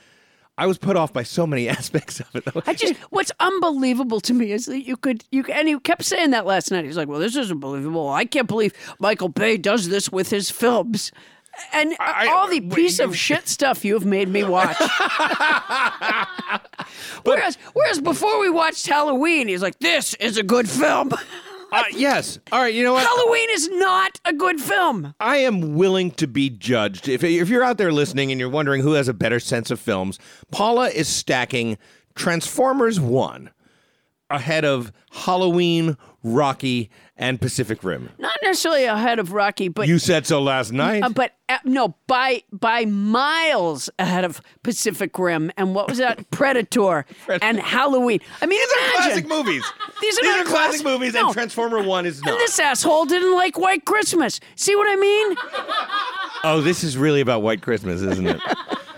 Speaker 3: I was put off by so many aspects of it. Uh,
Speaker 1: I just what's unbelievable to me is that you could you and he kept saying that last night. He's like, "Well, this isn't believable. I can't believe Michael Bay does this with his films." And
Speaker 3: I-
Speaker 1: all the
Speaker 3: wait,
Speaker 1: piece
Speaker 3: you-
Speaker 1: of shit stuff you've made me watch. whereas, whereas before we watched Halloween, he's like, "This is a good film."
Speaker 3: Uh, yes. All right. You know what?
Speaker 1: Halloween is not a good film.
Speaker 3: I am willing to be judged. If, if you're out there listening and you're wondering who has a better sense of films, Paula is stacking Transformers 1 ahead of Halloween, Rocky, and Pacific Rim.
Speaker 1: Not necessarily ahead of Rocky, but
Speaker 3: You said so last night.
Speaker 1: uh, but uh, no, by by miles ahead of Pacific Rim and what was that Predator, and Halloween. I mean,
Speaker 3: These are
Speaker 1: imagine
Speaker 3: classic movies.
Speaker 1: These are,
Speaker 3: These
Speaker 1: not
Speaker 3: are classic
Speaker 1: classic-
Speaker 3: movies,
Speaker 1: No.
Speaker 3: and Transformer One is
Speaker 1: And
Speaker 3: not.
Speaker 1: this asshole didn't like White Christmas. See what I mean?
Speaker 3: Oh, this is really about White Christmas, isn't it?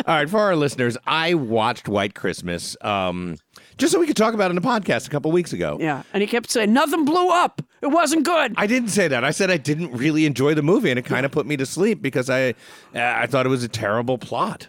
Speaker 3: All right, for our listeners, I watched White Christmas um, just so we could talk about it in a podcast a couple weeks ago.
Speaker 1: Yeah, and he kept saying nothing blew up. It wasn't good.
Speaker 3: I didn't say that. I said I didn't really enjoy the movie, and it kind of put me to sleep because I, uh, I thought it was a terrible plot.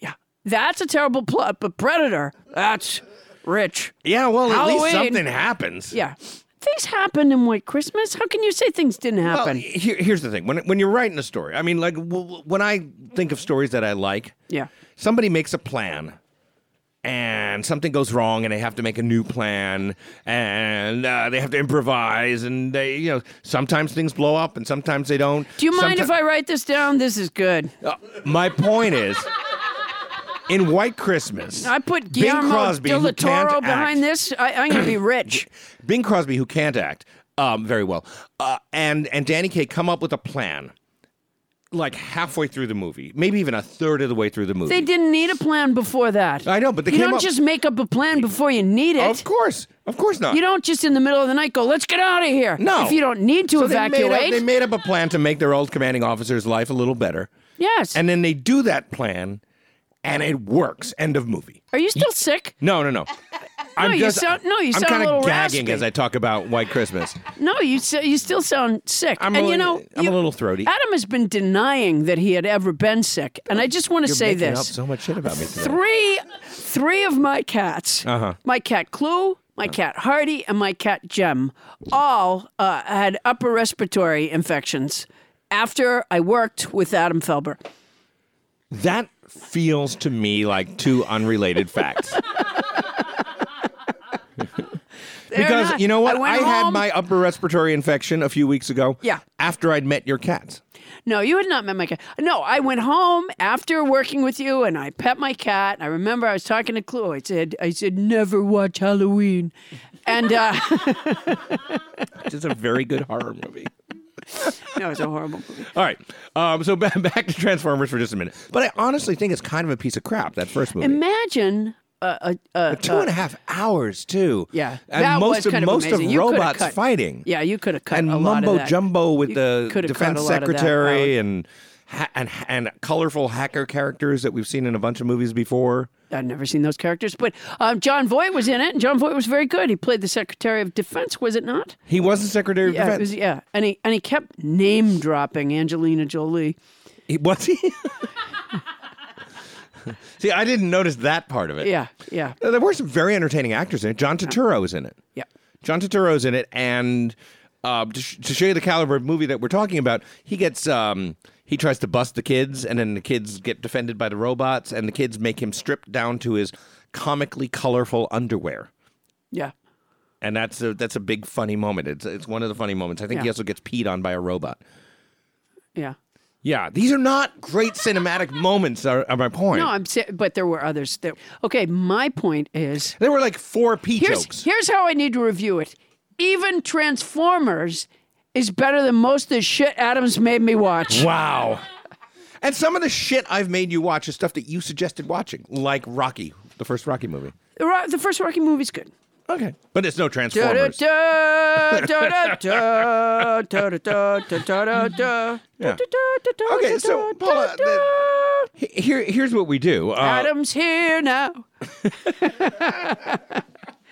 Speaker 1: yeah, that's a terrible plot, but Predator, that's rich.
Speaker 3: Yeah, well, at least
Speaker 1: Halloween.
Speaker 3: something happens.
Speaker 1: Yeah, things happened in White Christmas. How can you say things didn't
Speaker 3: Well,
Speaker 1: happen?
Speaker 3: here, here's the thing: when when you're writing a story, I mean, like w- w- when I think of stories that I like,
Speaker 1: Yeah.
Speaker 3: somebody makes a plan, and something goes wrong, and they have to make a new plan, and uh, they have to improvise, and they, you know, sometimes things blow up, and sometimes they don't.
Speaker 1: Do you mind if I write this down? This is good.
Speaker 3: my point is. In White Christmas,
Speaker 1: I put
Speaker 3: Bing
Speaker 1: Guillermo
Speaker 3: Crosby,
Speaker 1: del
Speaker 3: who can't
Speaker 1: Toro
Speaker 3: act-
Speaker 1: behind this. I, I'm going to be rich.
Speaker 3: Bing Crosby, who can't act um, very well, uh, and and Danny Kaye come up with a plan, like halfway through the movie, maybe even a third of the way through the movie.
Speaker 1: They didn't need a plan before that.
Speaker 3: I know, but they
Speaker 1: you
Speaker 3: came
Speaker 1: don't
Speaker 3: up-
Speaker 1: just make up a plan before you need it.
Speaker 3: Of course, of course not.
Speaker 1: You don't just in the middle of the night go, let's get out of here.
Speaker 3: No.
Speaker 1: If you don't need to
Speaker 3: So
Speaker 1: evacuate.
Speaker 3: They made, up, they made up a plan to make their old commanding officer's life a little better,
Speaker 1: yes.
Speaker 3: and then they do that plan, and it works. End of movie.
Speaker 1: Are you still sick?
Speaker 3: No, no, no. I'm
Speaker 1: No, you
Speaker 3: just,
Speaker 1: sound- no, you
Speaker 3: I'm
Speaker 1: sound a
Speaker 3: kinda
Speaker 1: little
Speaker 3: gagging
Speaker 1: raspy.
Speaker 3: as I talk about White Christmas.
Speaker 1: No, you s- you still sound sick.
Speaker 3: I'm
Speaker 1: and
Speaker 3: a
Speaker 1: you
Speaker 3: little-
Speaker 1: know,
Speaker 3: I'm a
Speaker 1: you-
Speaker 3: little throaty.
Speaker 1: Adam has been denying that he had ever been sick, and I just want to
Speaker 3: You're
Speaker 1: say
Speaker 3: making
Speaker 1: this:
Speaker 3: up so much shit about me today.
Speaker 1: three, three of my cats,
Speaker 3: Uh-huh.
Speaker 1: my cat Clue, my cat Hardy, and my cat Gem, all uh, had upper respiratory infections after I worked with Adam Felber.
Speaker 3: That feels to me like two unrelated facts.
Speaker 1: They're
Speaker 3: because
Speaker 1: not-
Speaker 3: you know what?
Speaker 1: I, went
Speaker 3: had
Speaker 1: home-
Speaker 3: my upper respiratory infection a few weeks ago.
Speaker 1: Yeah.
Speaker 3: After I'd met your cats.
Speaker 1: No, you had not met my cat. No, I went home after working with you, and I pet my cat. I remember I was talking to Chloe. I said, "I said never watch Halloween," and uh,
Speaker 3: Which is a very good horror movie.
Speaker 1: no, it's a horrible movie.
Speaker 3: All right. Um, so back, back to Transformers for just a minute. But I honestly think it's kind of a piece of crap, that first movie.
Speaker 1: Imagine uh, a, a,
Speaker 3: Two and a half hours, too.
Speaker 1: yeah,
Speaker 3: And
Speaker 1: that
Speaker 3: most
Speaker 1: was
Speaker 3: of
Speaker 1: kind
Speaker 3: most
Speaker 1: amazing.
Speaker 3: of
Speaker 1: You coulda
Speaker 3: robots
Speaker 1: cut-
Speaker 3: fighting.
Speaker 1: Yeah, you could have cut
Speaker 3: and
Speaker 1: a lot
Speaker 3: mumbo
Speaker 1: of that.
Speaker 3: jumbo with
Speaker 1: You
Speaker 3: the
Speaker 1: coulda cut a
Speaker 3: defense
Speaker 1: lot of that
Speaker 3: secretary
Speaker 1: out.
Speaker 3: and, ha- and and colorful hacker characters that we've seen in a bunch of movies before.
Speaker 1: I'd never seen those characters, but um, John Voight was in it, and John Voight was very good. He played the Secretary of Defense, was it not?
Speaker 3: He was the secretary of
Speaker 1: Yeah, it
Speaker 3: defense.
Speaker 1: was, yeah, and he and he kept name dropping Angelina Jolie.
Speaker 3: He- was he? See, I didn't notice that part of it.
Speaker 1: Yeah, yeah,
Speaker 3: Uh, There were some very entertaining actors in it. John Turturro was in it.
Speaker 1: yeah.
Speaker 3: John Turturro's in it, and uh, to, sh- to show you the caliber of movie that we're talking about, he gets um, he tries to bust the kids, and then the kids get defended by the robots, and the kids make him strip down to his comically colorful underwear,
Speaker 1: Yeah.
Speaker 3: and that's a that's a big funny moment. It's it's one of the funny moments. I think he
Speaker 1: Yeah.
Speaker 3: also gets peed on by a robot.
Speaker 1: Yeah.
Speaker 3: Yeah, these are not great cinematic moments. Are, are my point?
Speaker 1: No, I'm sa- but there were others that Okay, my point is
Speaker 3: there were like four pee
Speaker 1: here's
Speaker 3: jokes.
Speaker 1: here's how I need to review it. Even Transformers is better than most of the shit Adams made me watch.
Speaker 3: Wow. And some of the shit I've made you watch is stuff that you suggested watching, like Rocky, the first Rocky movie.
Speaker 1: The Ro- The first Rocky movie's good.
Speaker 3: Okay. But it's no
Speaker 1: Da da
Speaker 3: Transformers.
Speaker 1: da da da da da da da da da da da
Speaker 3: Yeah.
Speaker 1: da da
Speaker 3: Okay,
Speaker 1: da
Speaker 3: so,
Speaker 1: da
Speaker 3: Paula,
Speaker 1: da da.
Speaker 3: He- Here, here's what we do. Uh,
Speaker 1: Adam's here now.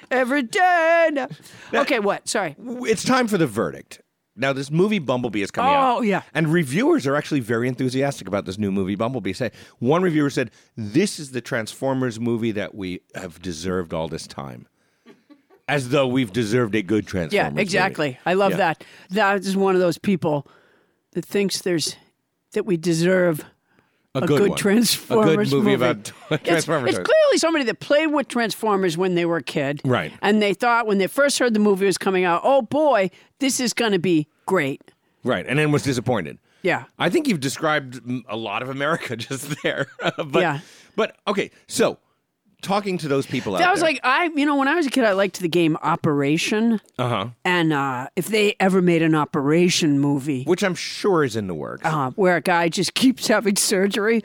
Speaker 1: Every day now. Okay, what? Sorry.
Speaker 3: it's time for the verdict. Now, this movie Bumblebee is coming out.
Speaker 1: Oh, yeah.
Speaker 3: And reviewers are actually very enthusiastic about this new movie, Bumblebee. Say, one reviewer said, This is the Transformers movie that we have deserved all this time. As though we've deserved a good Transformers
Speaker 1: Yeah,
Speaker 3: movie.
Speaker 1: exactly. I love
Speaker 3: Yeah.
Speaker 1: that. That is one of those people that thinks there's that we deserve
Speaker 3: A,
Speaker 1: a
Speaker 3: good,
Speaker 1: good,
Speaker 3: one.
Speaker 1: Transformers
Speaker 3: A good movie, about
Speaker 1: It's-
Speaker 3: Transformers.
Speaker 1: It's, clearly somebody that played with Transformers when they were a kid,
Speaker 3: Right.
Speaker 1: And they thought when they first heard the movie was coming out, oh boy, this is going to be great.
Speaker 3: Right, and then was disappointed.
Speaker 1: Yeah.
Speaker 3: I think you've described mm, a lot of America just there. but,
Speaker 1: Yeah.
Speaker 3: But okay, so talking to those people out
Speaker 1: That was
Speaker 3: there.
Speaker 1: like I, you know, when I was a kid, I liked the game Operation,
Speaker 3: uh huh,
Speaker 1: and uh, if they ever made an Operation movie
Speaker 3: which I'm sure is in the works,
Speaker 1: uh, where a guy just keeps having surgery,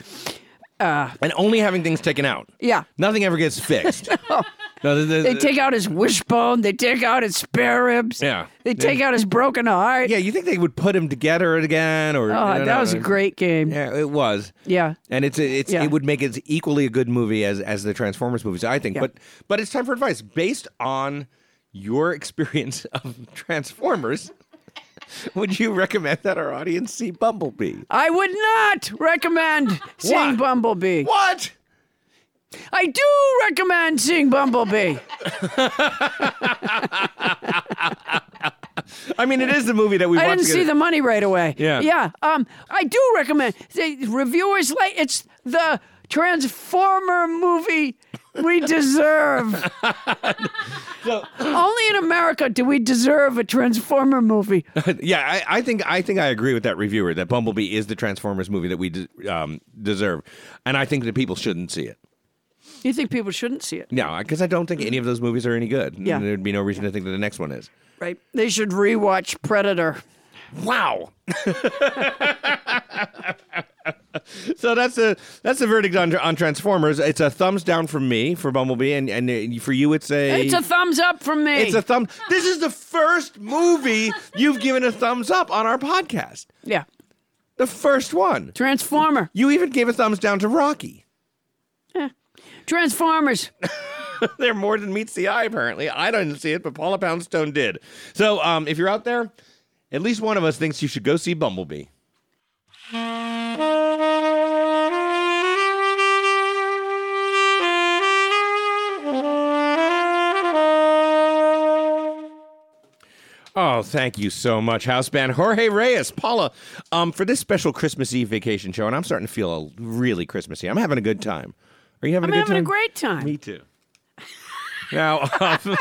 Speaker 3: and only having things taken out.
Speaker 1: yeah,
Speaker 3: Nothing ever gets fixed. no, the- the-
Speaker 1: they take out his wishbone, they take out his spare ribs,
Speaker 3: Yeah.
Speaker 1: they take out his broken heart.
Speaker 3: yeah, you think they would put them together again? Or
Speaker 1: Oh,
Speaker 3: you know,
Speaker 1: that was a
Speaker 3: no.
Speaker 1: great game. Yeah.
Speaker 3: Yeah, it was. And it's it's
Speaker 1: Yeah.
Speaker 3: it would make it equally a good movie as as the Transformers movies, I think.
Speaker 1: Yeah.
Speaker 3: But but it's time for advice based on your experience of Transformers. would you recommend that our audience see Bumblebee?
Speaker 1: I would not recommend seeing
Speaker 3: What?
Speaker 1: Bumblebee.
Speaker 3: What?
Speaker 1: I do recommend seeing Bumblebee.
Speaker 3: I mean, it is the movie that we
Speaker 1: I
Speaker 3: want
Speaker 1: didn't
Speaker 3: to
Speaker 1: see the money right away.
Speaker 3: Yeah.
Speaker 1: Yeah. Um, I do recommend the reviewers like it's the Transformer movie we deserve. Only in America do we deserve a Transformer movie.
Speaker 3: yeah, I, I think I think I agree with that reviewer that Bumblebee is the Transformers movie that we de- um, deserve, and I think that people shouldn't see it.
Speaker 1: You think people shouldn't see it,
Speaker 3: No, because I don't think any of those movies are any good.
Speaker 1: Yeah.
Speaker 3: And there'd be no reason to think that the next one is.
Speaker 1: right? They should rewatch Predator.
Speaker 3: Wow. so that's the that's the verdict on on Transformers. It's a thumbs down from me for Bumblebee, and and for you, it's a
Speaker 1: It's a thumbs up from me.
Speaker 3: it's a thumb. This is the first movie you've given a thumbs up on our podcast.
Speaker 1: yeah.
Speaker 3: The first one.
Speaker 1: Transformer.
Speaker 3: You even gave a thumbs down to Rocky.
Speaker 1: Transformers.
Speaker 3: They're more than meets the eye, apparently. I didn't see it, but Paula Poundstone did. So um, if you're out there, at least one of us thinks you should go see Bumblebee. Oh, thank you so much, house band Jorge Reyes, Paula, um, for this special Christmas Eve vacation show, and I'm starting to feel a really Christmassy. I'm having a good time. Are you having
Speaker 1: I'm
Speaker 3: a good
Speaker 1: having
Speaker 3: time?
Speaker 1: a great time.
Speaker 3: Me too. Now, um,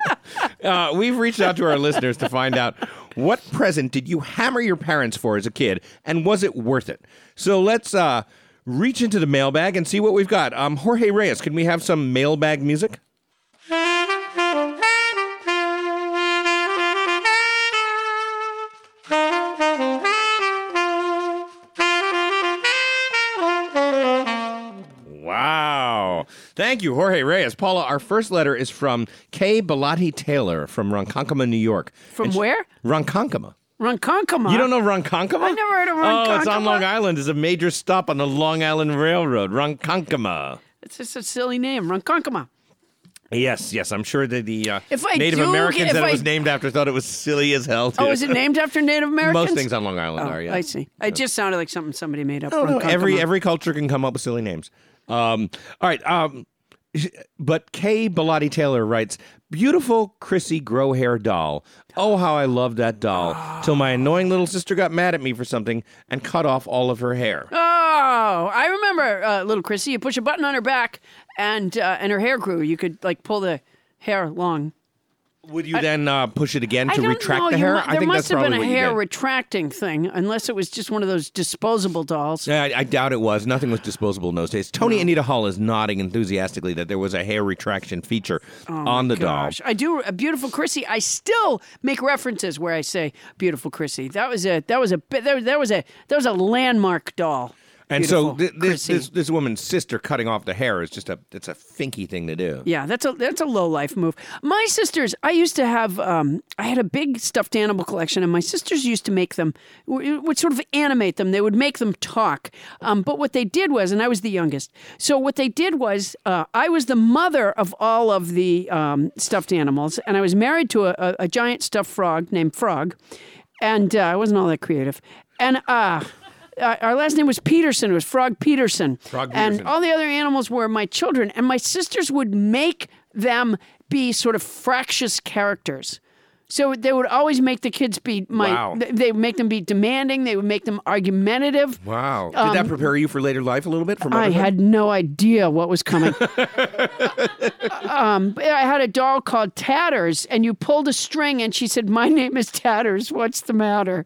Speaker 3: uh, we've reached out to our listeners to find out what present did you hammer your parents for as a kid, and was it worth it? So let's uh, reach into the mailbag and see what we've got. Um, Jorge Reyes, can we have some mailbag music? Wow. Thank you, Jorge Reyes. Paula, our first letter is from Kay Bellotti Taylor from Ronkonkoma, New York.
Speaker 1: From
Speaker 3: And she-
Speaker 1: where?
Speaker 3: Ronkonkoma.
Speaker 1: Ronkonkoma.
Speaker 3: You don't know Ronkonkoma?
Speaker 1: I've never heard of
Speaker 3: Oh, it's on
Speaker 1: Ronkonkoma.
Speaker 3: Long Island. It's a major stop on the Long Island Railroad, Ronkonkoma.
Speaker 1: It's just a silly name. Ronkonkoma.
Speaker 3: Yes, yes, I'm sure that the uh,
Speaker 1: If I
Speaker 3: Native
Speaker 1: do
Speaker 3: Americans
Speaker 1: get- if
Speaker 3: that
Speaker 1: I-
Speaker 3: it was named after thought it was silly as hell.
Speaker 1: Oh,
Speaker 3: too.
Speaker 1: is it named after Native Americans?
Speaker 3: Most things on Long Island
Speaker 1: Oh,
Speaker 3: are, yeah.
Speaker 1: I see. It just sounded like something somebody made up.
Speaker 3: I don't know.
Speaker 1: Ronkonkoma.
Speaker 3: Every every culture can come up with silly names. Um, all right. Um, but Kay Bellotti Taylor writes, "Beautiful Chrissy Grohair doll. Oh, how I loved that doll. Till my annoying little sister got mad at me for something and cut off all of her hair.
Speaker 1: Oh, I remember uh, little Chrissy. You push a button on her back, and uh, and her hair grew. You could like pull the hair long.
Speaker 3: Would you then uh, push it again
Speaker 1: I
Speaker 3: to
Speaker 1: don't
Speaker 3: retract
Speaker 1: know.
Speaker 3: the
Speaker 1: You
Speaker 3: hair?
Speaker 1: mu-
Speaker 3: I
Speaker 1: there
Speaker 3: think
Speaker 1: must
Speaker 3: that's
Speaker 1: have
Speaker 3: probably
Speaker 1: been a
Speaker 3: what you
Speaker 1: hair
Speaker 3: did.
Speaker 1: retracting thing, unless it was just one of those disposable dolls.
Speaker 3: Yeah, I, I doubt it was. Nothing was disposable in those days. Tony Anita Hall is nodding enthusiastically that there was a hair retraction feature on the doll.
Speaker 1: Oh Gosh, I do. A beautiful Chrissy. I still make references where I say "beautiful Chrissy." That was a that was a bi- that that was a that was a landmark doll.
Speaker 3: And so
Speaker 1: Beautiful
Speaker 3: th- this,
Speaker 1: Chrissy.
Speaker 3: this this woman's sister cutting off the hair is just a it's a finky thing to do.
Speaker 1: Yeah, that's a that's a low life move. My sisters, I used to have, um, I had a big stuffed animal collection, and my sisters used to make them, w- would sort of animate them. They would make them talk. Um, but what they did was, and I was the youngest, so what they did was, uh, I was the mother of all of the um, stuffed animals, and I was married to a, a, a giant stuffed frog named Frog, and uh, I wasn't all that creative, and uh, uh, our last name was Peterson. It was Frog Peterson.
Speaker 3: Frog
Speaker 1: And
Speaker 3: Peterson.
Speaker 1: all the other animals were my children, and my sisters would make them be sort of fractious characters. So they would always make the kids be my.
Speaker 3: Wow.
Speaker 1: th- They would make them be demanding. They would make them argumentative.
Speaker 3: Wow. Did that prepare you for later life a little bit? For
Speaker 1: Um, I
Speaker 3: motherhood?
Speaker 1: had no idea what was coming. um, but I had a doll called Tatters, and you pulled a string, and she said, "My name is Tatters. What's the matter?"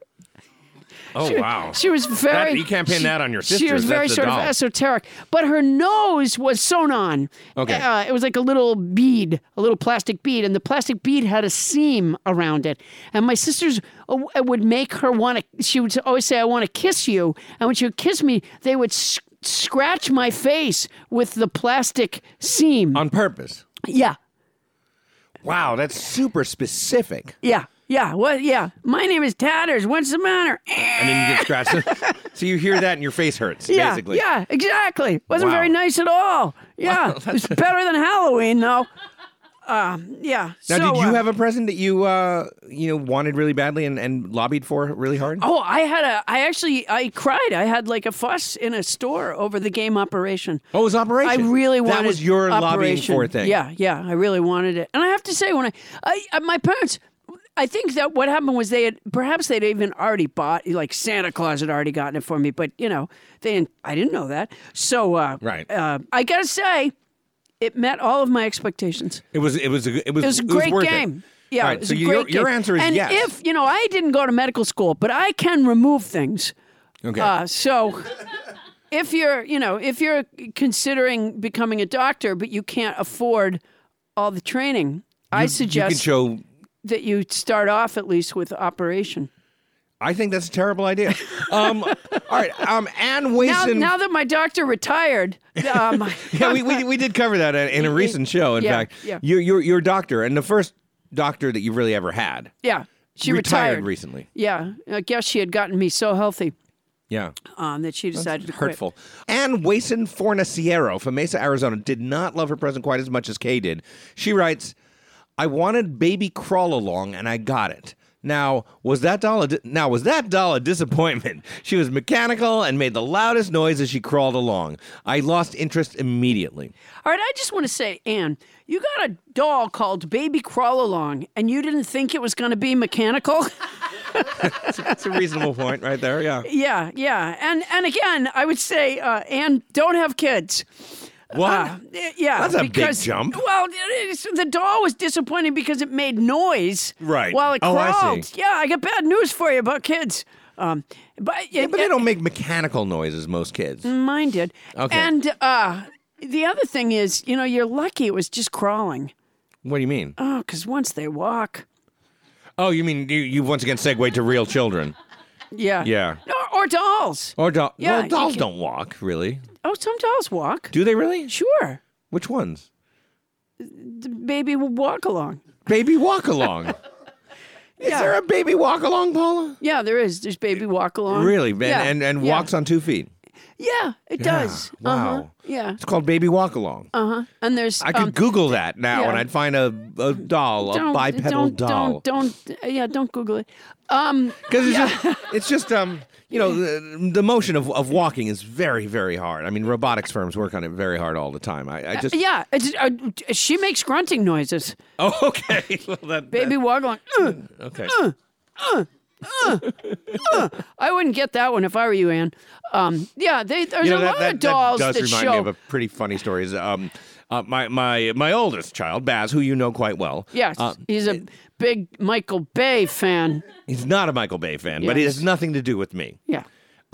Speaker 3: Oh,
Speaker 1: she,
Speaker 3: wow.
Speaker 1: She was very.
Speaker 3: you can't pin
Speaker 1: she-
Speaker 3: that on your
Speaker 1: She was
Speaker 3: sisters.
Speaker 1: very
Speaker 3: That's a
Speaker 1: sort of
Speaker 3: doll.
Speaker 1: esoteric, but her nose was sewn on.
Speaker 3: Okay.
Speaker 1: Uh, it was like a little bead, a little plastic bead, and the plastic bead had a seam around it. And my sisters uh, would make her want to. She would always say, "I want to kiss you," and when she would kiss me, they would. s Scratch my face with the plastic seam.
Speaker 3: on purpose.
Speaker 1: yeah,
Speaker 3: Wow, that's super specific.
Speaker 1: Yeah. Yeah. What? Yeah. My name is Tatters. What's the matter?
Speaker 3: And then you get scratched. so you hear that and your face hurts,
Speaker 1: Yeah.
Speaker 3: basically.
Speaker 1: Yeah. Exactly. Wasn't
Speaker 3: Wow.
Speaker 1: very nice at all. Yeah. it was better than Halloween, though. Um, yeah.
Speaker 3: Now,
Speaker 1: so,
Speaker 3: did you
Speaker 1: uh,
Speaker 3: have a present that you uh, you know wanted really badly and, and lobbied for really hard?
Speaker 1: Oh, I had a. I actually, I cried. I had like a fuss in a store over the game operation.
Speaker 3: Oh, it was Operation.
Speaker 1: I really wanted
Speaker 3: That was your
Speaker 1: operation.
Speaker 3: lobbying for thing.
Speaker 1: Yeah, yeah, I really wanted it. And I have to say, when I, I, I my parents, I think that what happened was they had perhaps they'd even already bought like Santa Claus had already gotten it for me, but you know they I didn't know that. So uh,
Speaker 3: Right.
Speaker 1: uh, I gotta say, it met all of my expectations.
Speaker 3: It was it was a, it was
Speaker 1: It was a great
Speaker 3: worth it.
Speaker 1: game. Yeah,
Speaker 3: All right,
Speaker 1: it was
Speaker 3: so
Speaker 1: a
Speaker 3: your-
Speaker 1: great
Speaker 3: your
Speaker 1: game.
Speaker 3: answer is
Speaker 1: and
Speaker 3: yes.
Speaker 1: if you know, I didn't go to medical school, but I can remove things.
Speaker 3: Okay.
Speaker 1: Uh, so if you're, you know, if you're considering becoming a doctor, but you can't afford all the training, I
Speaker 3: you can
Speaker 1: suggest
Speaker 3: show.
Speaker 1: that you start off at least with operation.
Speaker 3: I think that's a terrible idea. Um, all right, um, Anne
Speaker 1: Now,
Speaker 3: Wason.
Speaker 1: now that my doctor retired, um,
Speaker 3: yeah, we, we, we did cover that in, in a recent show. In
Speaker 1: Yeah,
Speaker 3: fact,
Speaker 1: yeah.
Speaker 3: your your your doctor and the first doctor that you've really ever had
Speaker 1: yeah, she
Speaker 3: retired,
Speaker 1: retired.
Speaker 3: recently.
Speaker 1: Yeah, I guess she had gotten me so healthy
Speaker 3: Yeah.
Speaker 1: um, that she decided to quit.
Speaker 3: hurtful. Anne Wason Fornaciero from Mesa, Arizona, did not love her present quite as much as Kay did. She writes, "I wanted baby crawl along, and I got it." Now was that doll? A di- now was that doll a disappointment? She was mechanical and made the loudest noise as she crawled along. I lost interest immediately.
Speaker 1: All right, I just want to say, Anne, you got a doll called Baby Crawl Along, and you didn't think it was going to be mechanical.
Speaker 3: That's a reasonable point, right there. Yeah.
Speaker 1: yeah, yeah, and and again, I would say, uh, Anne, don't have kids.
Speaker 3: What?
Speaker 1: Uh, y- yeah,
Speaker 3: Ah, That's a big
Speaker 1: because,
Speaker 3: jump.
Speaker 1: Well, it is- the doll was disappointing because it made noise,
Speaker 3: Right.
Speaker 1: While it
Speaker 3: Oh, I see.
Speaker 1: crawled. Yeah, I got bad news for you about kids. Um, but
Speaker 3: Yeah, but they don't make mechanical noises. Most kids.
Speaker 1: mine did.
Speaker 3: Okay.
Speaker 1: And uh, the other thing is, you know, you're lucky it was just crawling.
Speaker 3: What do you mean?
Speaker 1: Oh, because once they walk.
Speaker 3: Oh, you mean you, you once again segue to real children
Speaker 1: Yeah.
Speaker 3: Yeah.
Speaker 1: Or, or dolls.
Speaker 3: or doll?
Speaker 1: Yeah,
Speaker 3: well,
Speaker 1: you
Speaker 3: dolls
Speaker 1: can-
Speaker 3: don't walk, really.
Speaker 1: Oh, some dolls walk.
Speaker 3: Do they really?
Speaker 1: Sure.
Speaker 3: Which ones?
Speaker 1: Baby will walk along.
Speaker 3: Baby walk along. Is
Speaker 1: Yeah.
Speaker 3: there a baby walk along, Paula?
Speaker 1: yeah, there is. There's baby walk along.
Speaker 3: Really, man,
Speaker 1: Uh, Yeah.
Speaker 3: and and
Speaker 1: yeah.
Speaker 3: walks on two feet.
Speaker 1: Yeah, it
Speaker 3: Yeah,
Speaker 1: does.
Speaker 3: wow.
Speaker 1: Uh-huh. Yeah.
Speaker 3: It's called baby walk along.
Speaker 1: Uh huh. And there's.
Speaker 3: I could
Speaker 1: um,
Speaker 3: Google that now,
Speaker 1: yeah.
Speaker 3: and I'd find a, a doll, a
Speaker 1: don't,
Speaker 3: bipedal
Speaker 1: don't,
Speaker 3: doll.
Speaker 1: Don't, don't. Yeah, don't Google it. Um.
Speaker 3: Because it's just, it's just um, you know, the, the motion of, of walking is very, very hard. I mean, robotics firms work on it very hard all the time. I, I just
Speaker 1: Yeah. It's, uh, she makes grunting noises.
Speaker 3: oh, okay. well, that,
Speaker 1: Baby walk along. Uh,
Speaker 3: that- okay.
Speaker 1: I wouldn't get that one if I were you, Anne. Um. Yeah. They, there's
Speaker 3: you know,
Speaker 1: a
Speaker 3: that,
Speaker 1: lot
Speaker 3: that,
Speaker 1: of dolls
Speaker 3: that
Speaker 1: that,
Speaker 3: does remind
Speaker 1: show.
Speaker 3: me of a pretty funny story. Is um, uh, my my my oldest child, Baz, who you know quite well.
Speaker 1: yes.
Speaker 3: uh,
Speaker 1: he's a big Michael Bay fan.
Speaker 3: He's not a Michael Bay fan, but it
Speaker 1: Yes.
Speaker 3: has nothing to do with me.
Speaker 1: Yeah.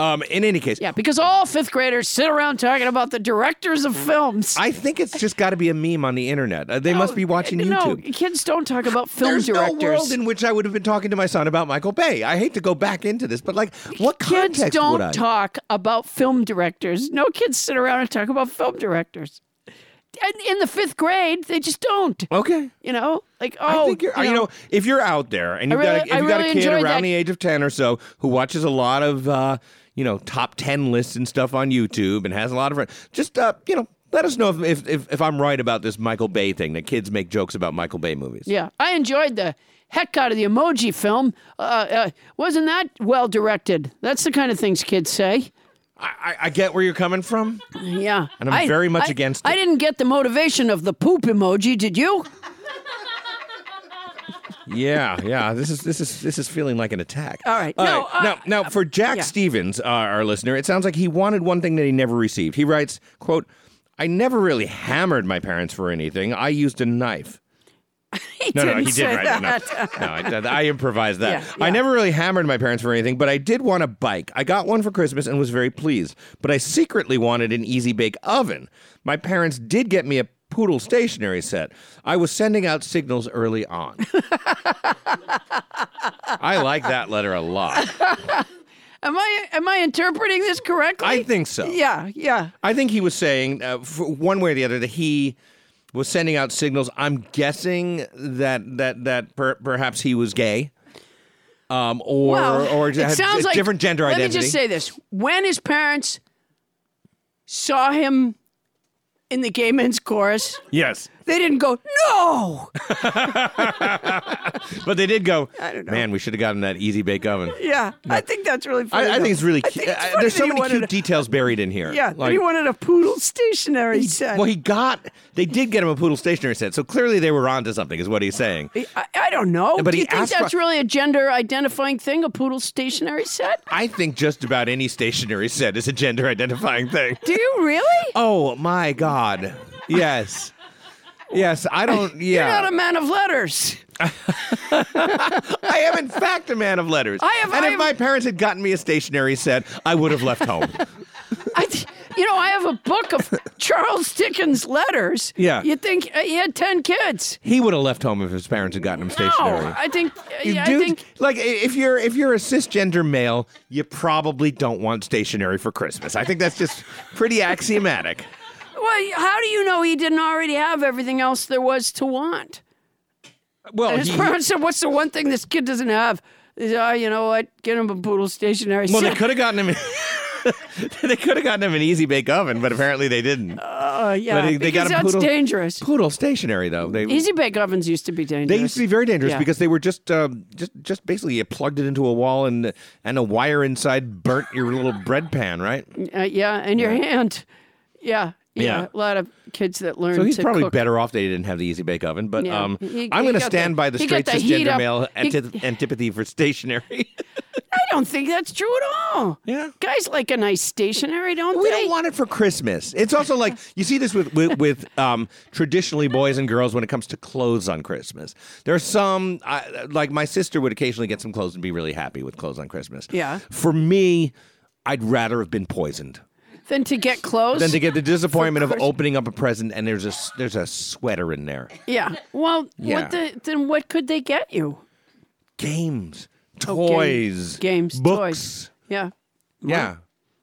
Speaker 3: Um, in any case,
Speaker 1: Yeah, because all fifth graders sit around talking about the directors of films.
Speaker 3: I think it's just got to be a meme on the internet. Uh, they must be watching
Speaker 1: No,
Speaker 3: YouTube.
Speaker 1: kids don't talk about film
Speaker 3: There's
Speaker 1: directors.
Speaker 3: no world in which I would have been talking to my son about Michael Bay. I hate to go back into this, but like, what
Speaker 1: kids
Speaker 3: context
Speaker 1: don't
Speaker 3: would I?
Speaker 1: talk about film directors. No kids sit around and talk about film directors. And in the fifth grade, they just don't.
Speaker 3: okay.
Speaker 1: You know, like
Speaker 3: I
Speaker 1: oh,
Speaker 3: think you're, you, know, if you're out there and you've
Speaker 1: really-
Speaker 3: got a, if
Speaker 1: I
Speaker 3: you've got a
Speaker 1: really
Speaker 3: kid
Speaker 1: enjoyed
Speaker 3: around
Speaker 1: that-
Speaker 3: the age of ten or so who watches a lot of uh, you know top ten lists and stuff on YouTube and has a lot of friends, just uh, you know, let us know if, if if if I'm right about this Michael Bay thing that kids make jokes about Michael Bay movies.
Speaker 1: yeah. I enjoyed the heck out of the emoji film. Uh, uh, wasn't that well directed? That's the kind of things kids say.
Speaker 3: I, I, I get where you're coming from.
Speaker 1: Yeah,
Speaker 3: And I'm very much
Speaker 1: I-
Speaker 3: against
Speaker 1: I
Speaker 3: it.
Speaker 1: didn't get the motivation of the poop emoji. Did you?
Speaker 3: Yeah, yeah. This is this is this is feeling like an attack.
Speaker 1: All right. No, uh,
Speaker 3: now, now for Jack
Speaker 1: yeah.
Speaker 3: Stevens, uh, our listener, it sounds like he wanted one thing that he never received. He writes, "quote I never really hammered my parents for anything. I used a knife."
Speaker 1: He
Speaker 3: No, no,
Speaker 1: didn't
Speaker 3: he did
Speaker 1: say
Speaker 3: write
Speaker 1: that.
Speaker 3: it. No, no I, I improvised that.
Speaker 1: Yeah,
Speaker 3: I
Speaker 1: yeah.
Speaker 3: never really hammered my parents for anything, but I did want a bike. I got one for Christmas and was very pleased. But I secretly wanted an easy bake oven. My parents did get me a poodle stationery set. I was sending out signals early on. I like that letter a lot.
Speaker 1: Am I am I interpreting this correctly?
Speaker 3: I think so.
Speaker 1: Yeah, yeah.
Speaker 3: I think he was saying, uh, f one way or the other, that he was sending out signals. I'm guessing that that that per- perhaps he was gay, um, or
Speaker 1: Well,
Speaker 3: or
Speaker 1: it
Speaker 3: had
Speaker 1: sounds
Speaker 3: a
Speaker 1: like-
Speaker 3: different gender
Speaker 1: let
Speaker 3: identity.
Speaker 1: Let me just say this: when his parents saw him in the gay men's chorus,
Speaker 3: yes,
Speaker 1: they didn't go, "No,
Speaker 3: but they did go. Man, we should have gotten that easy bake oven.
Speaker 1: yeah." I think that's really funny.
Speaker 3: I, I
Speaker 1: though.
Speaker 3: think it's really
Speaker 1: I
Speaker 3: cute.
Speaker 1: think it's
Speaker 3: I-
Speaker 1: funny
Speaker 3: there's
Speaker 1: that
Speaker 3: so
Speaker 1: he
Speaker 3: many
Speaker 1: wanted
Speaker 3: cute
Speaker 1: a-
Speaker 3: details buried in here.
Speaker 1: Yeah, that he wanted a poodle stationery set.
Speaker 3: well, he got. They did get him a poodle stationery set, so clearly they were onto something. Is what he's saying.
Speaker 1: I, I don't know.
Speaker 3: But
Speaker 1: Do
Speaker 3: he
Speaker 1: you think
Speaker 3: asked
Speaker 1: that's
Speaker 3: for-
Speaker 1: really a gender identifying thing? A poodle stationery set?
Speaker 3: I think just about any stationery set is a gender identifying thing.
Speaker 1: Do you really?
Speaker 3: Oh my God! Yes, yes. I don't.
Speaker 1: You're not
Speaker 3: Yeah,
Speaker 1: a man of letters.
Speaker 3: I am in fact a man of letters.
Speaker 1: I have-
Speaker 3: And
Speaker 1: I
Speaker 3: if
Speaker 1: have-
Speaker 3: my parents had gotten me a stationery set, I would have left home.
Speaker 1: I, th- you know, I have a book of Charles Dickens letters.
Speaker 3: Yeah.
Speaker 1: You think uh, he had 10 kids?
Speaker 3: he would have left home if his parents had gotten him
Speaker 1: No,
Speaker 3: stationery.
Speaker 1: I think, uh,
Speaker 3: You
Speaker 1: I
Speaker 3: do-
Speaker 1: think,
Speaker 3: like i- if you're if you're a cisgender male, you probably don't want stationery for Christmas. I think that's just pretty axiomatic.
Speaker 1: well, how do you know he didn't already have everything else there was to want?
Speaker 3: Well,
Speaker 1: And his
Speaker 3: Oh, he-
Speaker 1: parents said, what's the one thing this kid doesn't have? He said, "Oh, you know what? Get him a poodle stationery
Speaker 3: well, they
Speaker 1: set.
Speaker 3: could have gotten him. they could have gotten him an easy bake oven, but apparently they didn't.
Speaker 1: Uh, yeah,
Speaker 3: but they- they got
Speaker 1: because
Speaker 3: him
Speaker 1: that's
Speaker 3: poodle-
Speaker 1: dangerous.
Speaker 3: Poodle stationery though. They
Speaker 1: Easy bake ovens used to be dangerous.
Speaker 3: They used to be very dangerous
Speaker 1: Yeah.
Speaker 3: because they were just, um, just, just basically you plugged it into a wall and and a wire inside burnt your little bread pan, right?
Speaker 1: Uh, yeah, and your hand. Yeah, yeah,
Speaker 3: Yeah.
Speaker 1: A lot of kids that learn
Speaker 3: So he's
Speaker 1: to
Speaker 3: probably
Speaker 1: cook.
Speaker 3: better off they didn't have the easy bake oven. But
Speaker 1: Yeah.
Speaker 3: um,
Speaker 1: He-
Speaker 3: I'm
Speaker 1: he
Speaker 3: going to
Speaker 1: got
Speaker 3: stand
Speaker 1: the-
Speaker 3: by the
Speaker 1: he
Speaker 3: straight
Speaker 1: got the heat
Speaker 3: cisgender
Speaker 1: up.
Speaker 3: male
Speaker 1: He-
Speaker 3: antith- antipathy for stationery.
Speaker 1: I don't think that's true at all.
Speaker 3: Yeah.
Speaker 1: Guys like a nice stationery, don't
Speaker 3: we
Speaker 1: they?
Speaker 3: don't want it for Christmas. It's also like you see this with with, with um, traditionally boys and girls when it comes to clothes on Christmas. There are some I, like my sister would occasionally get some clothes and be really happy with clothes on Christmas.
Speaker 1: Yeah.
Speaker 3: For me, I'd rather have been poisoned.
Speaker 1: Then to get clothes.
Speaker 3: than to get the disappointment of opening up a present and there's a s- there's a sweater in there.
Speaker 1: yeah. Well,
Speaker 3: Yeah.
Speaker 1: what the, then what could they get you?
Speaker 3: Games,
Speaker 1: game-
Speaker 3: toys,
Speaker 1: Oh, games,
Speaker 3: books.
Speaker 1: toys. Yeah.
Speaker 3: Yeah,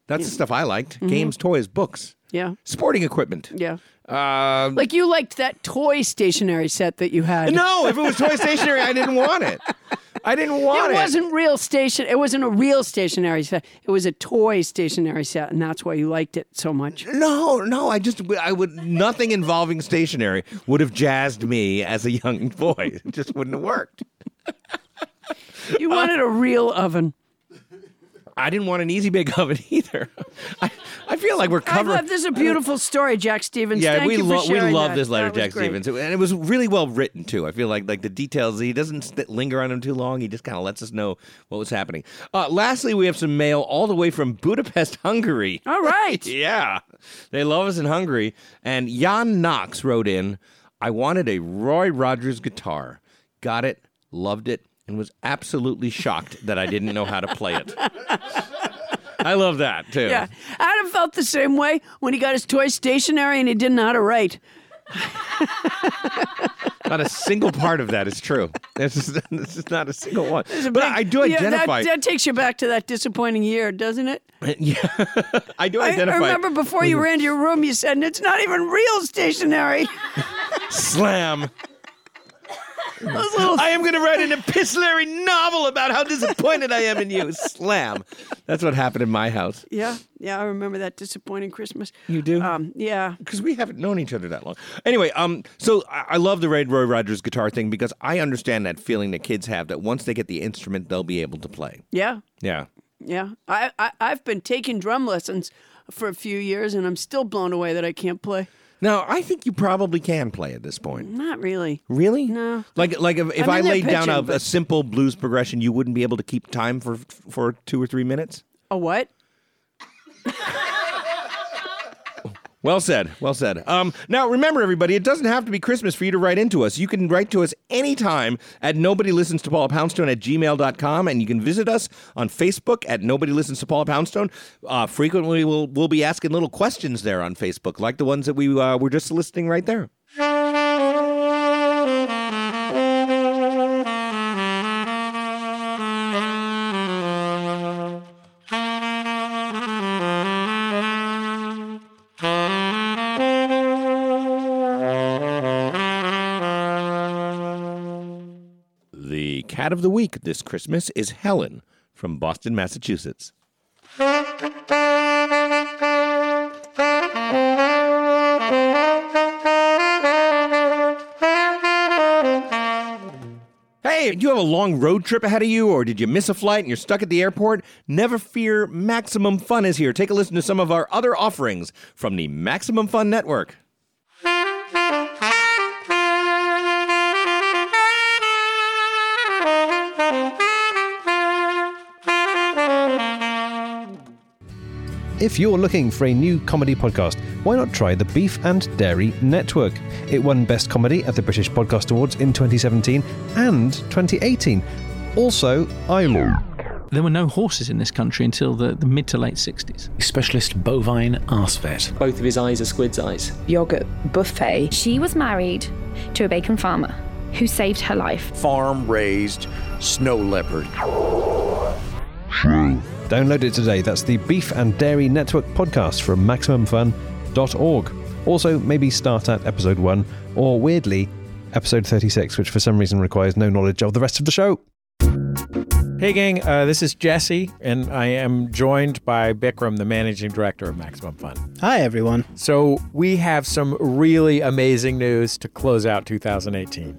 Speaker 3: that's the stuff I liked. Games, toys, books,
Speaker 1: Yeah.
Speaker 3: sporting equipment.
Speaker 1: Yeah.
Speaker 3: Uh,
Speaker 1: Like you liked that toy stationery set that you had.
Speaker 3: no, if it was toy stationery, I didn't want it. I didn't want
Speaker 1: It
Speaker 3: it.
Speaker 1: wasn't real station. It wasn't a real stationery set. It was a toy stationery set, and that's why you liked it so much.
Speaker 3: No, no, I just I would nothing involving stationery would have jazzed me as a young boy. It just wouldn't have worked.
Speaker 1: You wanted a real oven.
Speaker 3: I didn't want an easy bake oven either. I, I feel like we're covering.
Speaker 1: I love this. Is a beautiful story, Jack Stevens.
Speaker 3: Yeah,
Speaker 1: Thank
Speaker 3: we
Speaker 1: you for
Speaker 3: lo- we
Speaker 1: sharing
Speaker 3: love
Speaker 1: that.
Speaker 3: this letter,
Speaker 1: That was
Speaker 3: Jack
Speaker 1: great.
Speaker 3: Stevens, and it was really well written too. I feel like like the details. He doesn't st- linger on them too long. He just kind of lets us know what was happening. Uh, lastly, we have some mail all the way from Budapest, Hungary.
Speaker 1: All right.
Speaker 3: Yeah, they love us in Hungary. And Jan Knox wrote in, "I wanted a Roy Rogers guitar. Got it, loved it, and was absolutely shocked that I didn't know how to play it." I love that too.
Speaker 1: Yeah. Adam felt the same way when he got his toy stationery and he didn't know how to write.
Speaker 3: Not a single part of that is true. This is, this is not a single one. But I do
Speaker 1: Yeah, that-
Speaker 3: identify.
Speaker 1: that, takes you back to that disappointing year, doesn't it?
Speaker 3: yeah, I do
Speaker 1: I, I
Speaker 3: identify.
Speaker 1: remember before you ran to your room, you said, it's not even real stationery.
Speaker 3: Slam.
Speaker 1: Those little
Speaker 3: I am going to write an epistolary novel about how disappointed I am in you. Slam. That's what happened in my house
Speaker 1: yeah, yeah, I remember that disappointing Christmas.
Speaker 3: You do?
Speaker 1: Um, yeah.
Speaker 3: because we haven't known each other that long. Anyway, um, so I, I love the Ray Roy Rogers guitar thing because I understand that feeling that kids have that once they get the instrument, they'll be able to play.
Speaker 1: Yeah.
Speaker 3: Yeah.
Speaker 1: Yeah. I, I, I've been taking drum lessons for a few years and I'm still blown away that I can't play.
Speaker 3: Now I think you probably can play at this point.
Speaker 1: Not really.
Speaker 3: Really?
Speaker 1: No.
Speaker 3: Like like if, if
Speaker 1: I
Speaker 3: I,
Speaker 1: mean, they're
Speaker 3: laid down a,
Speaker 1: pitching, but-
Speaker 3: a simple blues progression, you wouldn't be able to keep time for for two or three minutes.
Speaker 1: A what?
Speaker 3: Well said. Well said. Um, now, remember, everybody, it doesn't have to be Christmas for you to write into us. You can write to us anytime at nobody listens to Paula Poundstone at gmail.com, and you can visit us on Facebook at Nobody Listens to Paula Poundstone. Uh, frequently, we'll, we'll be asking little questions there on Facebook, like the ones that we uh, were just soliciting right there. The cat of the week this Christmas is Helen from Boston, Massachusetts. Hey, do you have a long road trip ahead of you, or did you miss a flight and you're stuck at the airport? Never fear, Maximum Fun is here. Take a listen to some of our other offerings from the Maximum Fun Network.
Speaker 8: If you're looking for a new comedy podcast, why not try the Beef and Dairy Network? It won Best Comedy at the British Podcast Awards in 2017 and 2018. Also, Ilo.
Speaker 9: There were no horses in this country until the, the mid to late 60s.
Speaker 10: Specialist bovine arse vet.
Speaker 11: Both of his eyes are squid's eyes.
Speaker 12: yogurt buffet.
Speaker 13: She was married to a bacon farmer who saved her life.
Speaker 10: Farm raised snow leopard.
Speaker 8: Download it today. That's the Beef and Dairy Network podcast from MaximumFun.org. Also, maybe start at episode one, or weirdly, episode 36, which for some reason requires no knowledge of the rest of the show.
Speaker 14: Hey, gang, uh, this is Jesse, and I am joined by Bikram, the managing director of Maximum Fun.
Speaker 11: Hi, everyone.
Speaker 14: So, we have some really amazing news to close out 2018.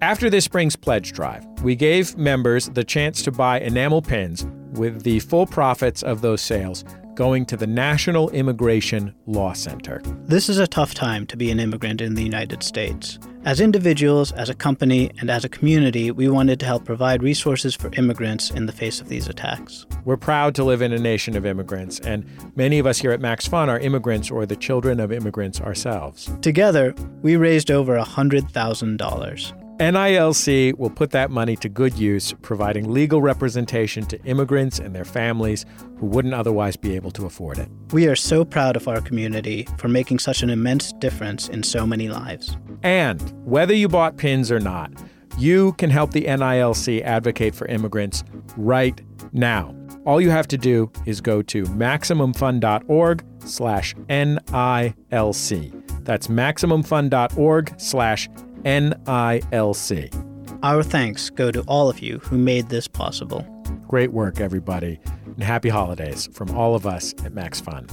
Speaker 14: After this spring's pledge drive, we gave members the chance to buy enamel pins with the full profits of those sales going to the National Immigration Law Center.
Speaker 11: This is a tough time to be an immigrant in the United States. As individuals, as a company, and as a community, we wanted to help provide resources for immigrants in the face of these attacks.
Speaker 14: We're proud to live in a nation of immigrants, and many of us here at Max Fun are immigrants or the children of immigrants ourselves.
Speaker 11: Together, we raised over $100,000.
Speaker 14: NILC will put that money to good use, providing legal representation to immigrants and their families who wouldn't otherwise be able to afford it.
Speaker 11: We are so proud of our community for making such an immense difference in so many lives.
Speaker 14: And whether you bought pins or not, you can help the NILC advocate for immigrants right now. All you have to do is go to MaximumFund.org slash NILC. That's MaximumFund.org slash E. NILC.
Speaker 11: Our thanks go to all of you who made this possible.
Speaker 14: Great work, everybody, and happy holidays from all of us at Max Fun.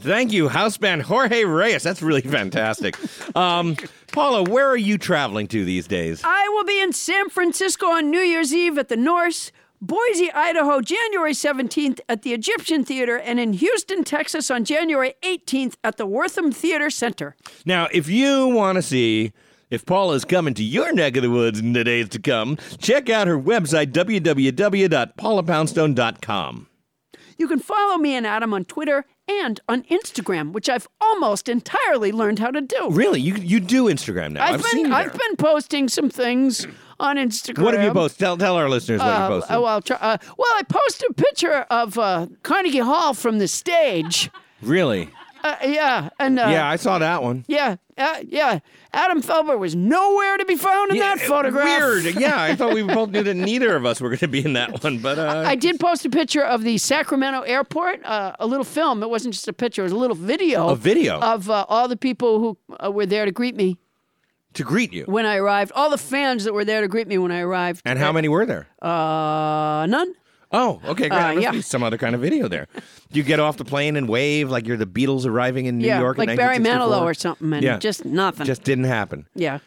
Speaker 3: Thank you, house band Jorge Reyes. That's really fantastic. Um, Paula, where are you traveling to these days?
Speaker 1: I will be in San Francisco on New Year's Eve at the Norse, Boise, Idaho, January 17th at the Egyptian Theater, and in Houston, Texas on January 18th at the Wortham Theater Center.
Speaker 3: Now, if you want to see if Paula's coming to your neck of the woods in the days to come, check out her website, www.paulapoundstone.com.
Speaker 1: You can follow me and Adam on Twitter and on Instagram, which I've almost entirely learned how to do.
Speaker 3: Really? You, you do Instagram now.
Speaker 1: I've,
Speaker 3: I've,
Speaker 1: been
Speaker 3: seen you there.
Speaker 1: I've been posting some things on Instagram.
Speaker 3: What have you posted? Tell, tell our listeners what you
Speaker 1: Uh,
Speaker 3: posted.
Speaker 1: oh, I'll try, uh, well, I posted a picture of uh, Carnegie Hall from the stage.
Speaker 3: really?
Speaker 1: Uh, yeah, and uh,
Speaker 3: yeah, I saw that one.
Speaker 1: yeah, uh, yeah. Adam Felber was nowhere to be found in
Speaker 3: Yeah,
Speaker 1: that photograph.
Speaker 3: Weird. Yeah, I thought we both knew that neither of us were going to be in that one, but uh,
Speaker 1: I did post a picture of the Sacramento airport, uh, a little film. It wasn't just a picture; it was a little video.
Speaker 3: A video?
Speaker 1: of uh, all the people who uh, were there to greet me
Speaker 3: to greet you.
Speaker 1: when I arrived. All the fans that were there to greet me when I arrived.
Speaker 3: And how many were there?
Speaker 1: Uh, none.
Speaker 3: Oh, okay, great.
Speaker 1: Uh,
Speaker 3: There must
Speaker 1: yeah.
Speaker 3: be some other kind of video there. You get off the plane and wave like you're the Beatles arriving in New
Speaker 1: yeah,
Speaker 3: York
Speaker 1: like
Speaker 3: in
Speaker 1: Barry
Speaker 3: 1964.
Speaker 1: Manilow or something, and
Speaker 3: Yeah.
Speaker 1: just nothing.
Speaker 3: Just didn't happen.
Speaker 1: yeah.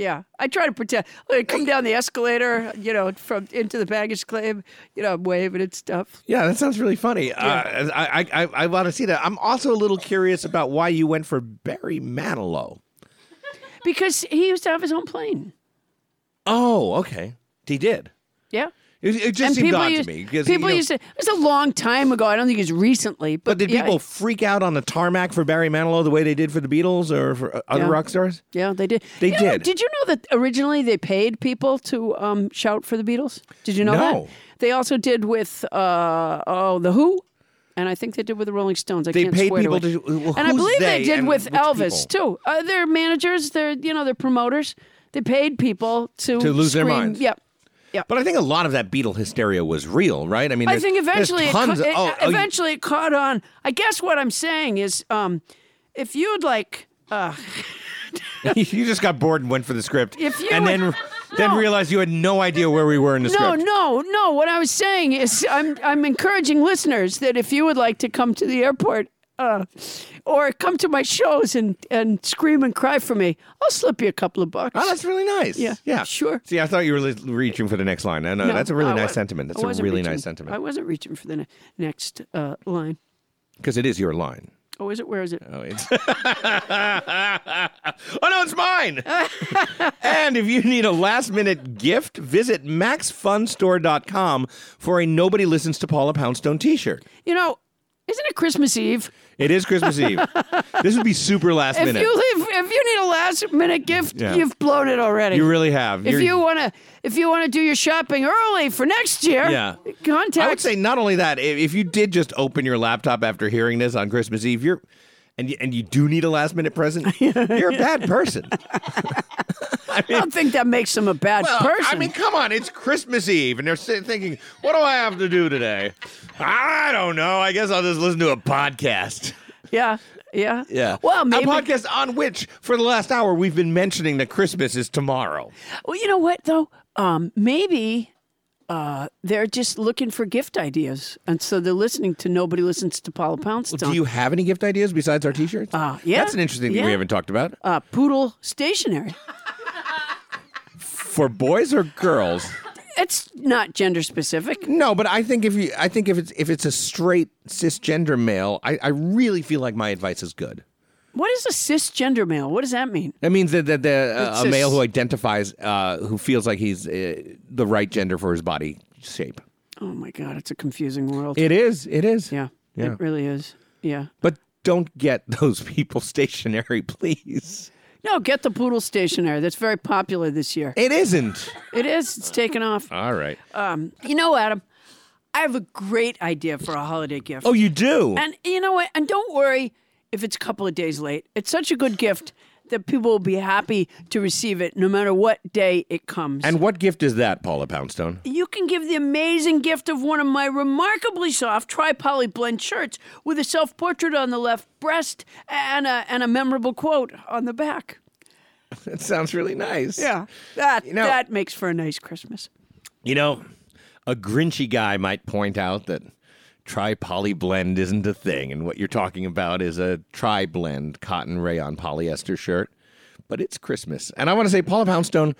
Speaker 1: Yeah, I try to pretend. Like, come down the escalator, you know, from into the baggage claim. You know, I'm waving and stuff.
Speaker 3: Yeah, that sounds really funny. Uh, I I, I, I want to see that. I'm also a little curious about why you went for Barry Manilow.
Speaker 1: Because he used to have his own plane.
Speaker 3: Oh, okay. He did.
Speaker 1: Yeah.
Speaker 3: It, it just seemed
Speaker 1: people
Speaker 3: odd
Speaker 1: used-
Speaker 3: to me because
Speaker 1: people
Speaker 3: you know,
Speaker 1: used to. It's a long time ago. I don't think it's recently. But,
Speaker 3: But did
Speaker 1: yeah,
Speaker 3: people freak out on the tarmac for Barry Manilow the way they did for the Beatles or for uh, other
Speaker 1: Yeah.
Speaker 3: rock stars?
Speaker 1: Yeah, they did.
Speaker 3: They
Speaker 1: You know,
Speaker 3: did.
Speaker 1: did you know that originally they paid people to um, shout for the Beatles? Did you know
Speaker 3: No.
Speaker 1: that? They also did with uh, oh the Who, and I think they did with the Rolling Stones. I
Speaker 3: They
Speaker 1: can't
Speaker 3: paid
Speaker 1: swear
Speaker 3: people
Speaker 1: to, it.
Speaker 3: to- well,
Speaker 1: and I
Speaker 3: who's
Speaker 1: believe
Speaker 3: they
Speaker 1: they did
Speaker 3: and
Speaker 1: with
Speaker 3: which
Speaker 1: Elvis too. Uh, their managers, their you know, their promoters. They paid people to
Speaker 3: To lose their
Speaker 1: scream-
Speaker 3: minds.
Speaker 1: Yep. Yeah.
Speaker 3: But I think a lot of that Beatle hysteria was real, right? I mean,
Speaker 1: I
Speaker 3: there's-
Speaker 1: think
Speaker 3: there's
Speaker 1: eventually, it,
Speaker 3: tons
Speaker 1: ca-
Speaker 3: of-
Speaker 1: it-
Speaker 3: oh, oh, you-
Speaker 1: eventually it caught on. I guess what I'm saying is, um, if you'd like, uh,
Speaker 3: you just got bored and went for the script,
Speaker 1: If you
Speaker 3: and
Speaker 1: would-
Speaker 3: then then realized you had no idea where we were in the
Speaker 1: no,
Speaker 3: script.
Speaker 1: no, no. What I was saying is, I'm I'm encouraging listeners that if you would like to come to the airport. Uh, or come to my shows and, and scream and cry for me. I'll slip you a couple of bucks.
Speaker 3: Oh, that's really nice.
Speaker 1: Yeah,
Speaker 3: yeah,
Speaker 1: sure.
Speaker 3: See, I thought you were li- reaching for the next line. No, no, uh, that's a really
Speaker 1: I
Speaker 3: nice
Speaker 1: wa-
Speaker 3: sentiment. That's
Speaker 1: I
Speaker 3: a
Speaker 1: wasn't
Speaker 3: really
Speaker 1: reaching-
Speaker 3: nice sentiment
Speaker 1: I wasn't reaching for the ne- next uh, line.
Speaker 3: because it is your line.
Speaker 1: Oh, is it? Where is it?
Speaker 3: Oh, it's. oh no, it's mine. and if you need a last-minute gift, visit maxfunstore.com for a nobody listens to Paula Poundstone T-shirt.
Speaker 1: You know, isn't it Christmas Eve?
Speaker 3: It is Christmas Eve. This would be super last
Speaker 1: if
Speaker 3: minute.
Speaker 1: you leave, if you need a last minute gift,
Speaker 3: Yeah.
Speaker 1: you've blown it already.
Speaker 3: You really have.
Speaker 1: If
Speaker 3: You're-
Speaker 1: you wanna, if you wanna do your shopping early for next year,
Speaker 3: Yeah.
Speaker 1: contact.
Speaker 3: I would say not only that, i- if you did just open your laptop after hearing this on Christmas Eve, you're and you, and you do need a last minute present, you're a bad person. I,
Speaker 1: don't think that makes him a bad
Speaker 3: Well, I
Speaker 1: person.
Speaker 3: mean, come on, it's Christmas Eve, and they're sit- thinking, "What do I have to do today?" I don't know. I guess I'll just listen to a podcast.
Speaker 1: yeah, yeah,
Speaker 3: Yeah.
Speaker 1: Well, maybe.
Speaker 3: a podcast on which, for the last hour, we've been mentioning that Christmas is tomorrow.
Speaker 1: Well, you know what though? Um, maybe uh, they're just looking for gift ideas, and so they're listening to nobody listens to Paula Poundstone.
Speaker 3: Do you have any gift ideas besides our T-shirts? Uh,
Speaker 1: yeah,
Speaker 3: that's an interesting thing
Speaker 1: yeah.
Speaker 3: we haven't talked about.
Speaker 1: uh, poodle stationery?
Speaker 3: For boys or girls?
Speaker 1: It's not gender specific.
Speaker 3: No, but I think if you, I think if it's if it's a straight cisgender male, I, I really feel like my advice is good.
Speaker 1: What is a cisgender male? What does that mean?
Speaker 3: That means that, that the, uh,
Speaker 1: It's
Speaker 3: a male
Speaker 1: just-
Speaker 3: who identifies, uh, who feels like he's uh, the right gender for his body shape.
Speaker 1: Oh my God, it's a confusing world.
Speaker 3: It is. It is.
Speaker 1: Yeah.
Speaker 3: Yeah.
Speaker 1: It really is. Yeah.
Speaker 3: But don't get those people stationary, please.
Speaker 1: No, get the poodle stationery. That's very popular this year.
Speaker 3: It isn't.
Speaker 1: It is. It's taken off.
Speaker 3: All right.
Speaker 1: Um, you know, Adam, I have a great idea for a holiday gift.
Speaker 3: Oh, you do.
Speaker 1: And you know what? And don't worry if it's a couple of days late. It's such a good gift that people will be happy to receive it no matter what day it comes.
Speaker 3: and what gift is that, Paula Poundstone?
Speaker 1: You can give the amazing gift of one of my remarkably soft tri-poly blend shirts with a self-portrait on the left breast and a, and a memorable quote on the back.
Speaker 3: That sounds really nice.
Speaker 1: Yeah, that
Speaker 3: You know-
Speaker 1: that makes for a nice Christmas.
Speaker 3: You know, a Grinchy guy might point out that tri poly blend isn't a thing, and what you're talking about is a tri blend cotton rayon polyester shirt. But it's Christmas. And I want to say, Paula Poundstone,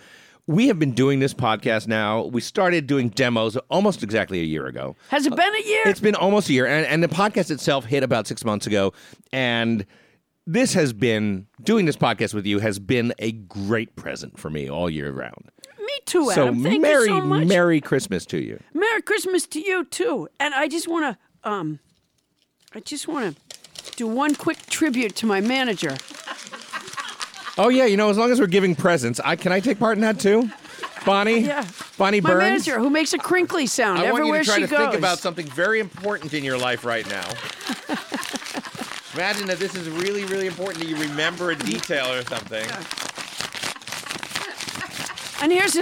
Speaker 3: we have been doing this podcast now. We started doing demos almost exactly a year ago.
Speaker 1: Has it been a year?
Speaker 3: Uh, It's been almost a year. And, and the podcast itself hit about six months ago. And this has been, doing this podcast with you has been a great present for me all year round.
Speaker 1: Me too,
Speaker 3: so
Speaker 1: Adam. Thank
Speaker 3: Merry,
Speaker 1: you so much.
Speaker 3: Merry Christmas to you.
Speaker 1: Merry Christmas to you too. And I just want to um, I just want to do one quick tribute to my manager.
Speaker 3: Oh yeah, you know, as long as we're giving presents, I can I take part in that too, Bonnie.
Speaker 1: Yeah,
Speaker 3: Bonnie
Speaker 1: my
Speaker 3: Burns.
Speaker 1: manager who makes a crinkly sound
Speaker 3: I want
Speaker 1: everywhere
Speaker 3: you to try
Speaker 1: she
Speaker 3: to
Speaker 1: goes.
Speaker 3: think about something very important in your life right now. Imagine that this is really, really important that you remember a detail or something.
Speaker 1: And here's a,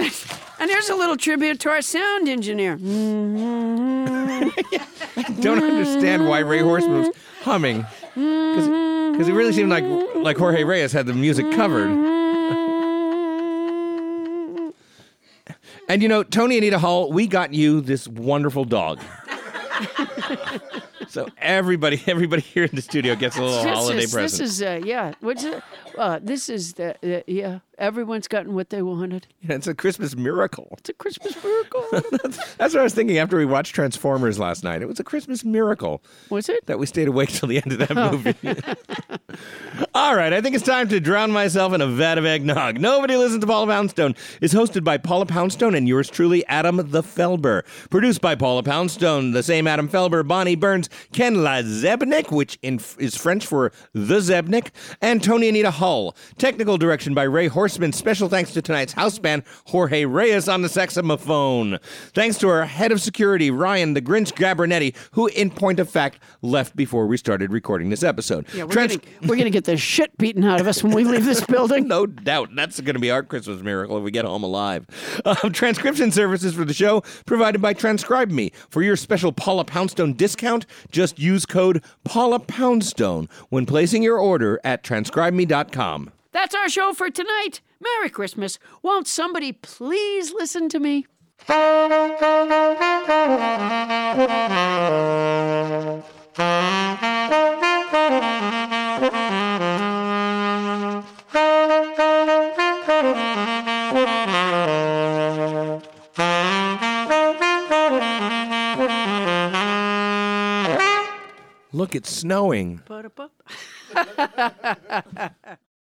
Speaker 1: and here's a little tribute to our sound engineer.
Speaker 3: Don't understand why Ray Horseman was humming because it really seemed like like Jorge Reyes had the music covered. And you know, Tony Anita Hall, we got you this wonderful dog. So everybody, everybody here in the studio gets a little
Speaker 1: this
Speaker 3: holiday
Speaker 1: is,
Speaker 3: present.
Speaker 1: This is uh, yeah. What's it? Uh, this is the uh, yeah. Everyone's gotten what they wanted.
Speaker 3: Yeah, it's a Christmas miracle.
Speaker 1: It's a Christmas miracle.
Speaker 3: That's what I was thinking after we watched Transformers last night. It was a Christmas miracle.
Speaker 1: Was it?
Speaker 3: That we stayed awake till the end of that movie. All right, I think it's time to drown myself in a vat of eggnog. Nobody listens to Paula Poundstone. It's hosted by Paula Poundstone and yours truly, Adam the Felber. Produced by Paula Poundstone, the same Adam Felber, Bonnie Burns, Ken Lazebnik, which in, is French for the Zebnik, and Tony Anita Hull. Technical direction by Ray Horseman. Special thanks to tonight's house band, Jorge Reyes on the saxophone. Thanks to our head of security, Ryan the Grinch Gabernetti, who, in point of fact, left before we started recording this episode.
Speaker 1: Yeah, we're
Speaker 3: Trans-
Speaker 1: gonna- we're going to get the shit beaten out of us when we leave this building.
Speaker 3: no doubt. That's going to be our Christmas miracle if we get home alive. Um, transcription services for the show provided by Transcribe Me. For your special Paula Poundstone discount, just use code Paula Poundstone when placing your order at transcribeme.com.
Speaker 1: That's our show for tonight. Merry Christmas. Won't somebody please listen to me?
Speaker 3: Look, it's snowing.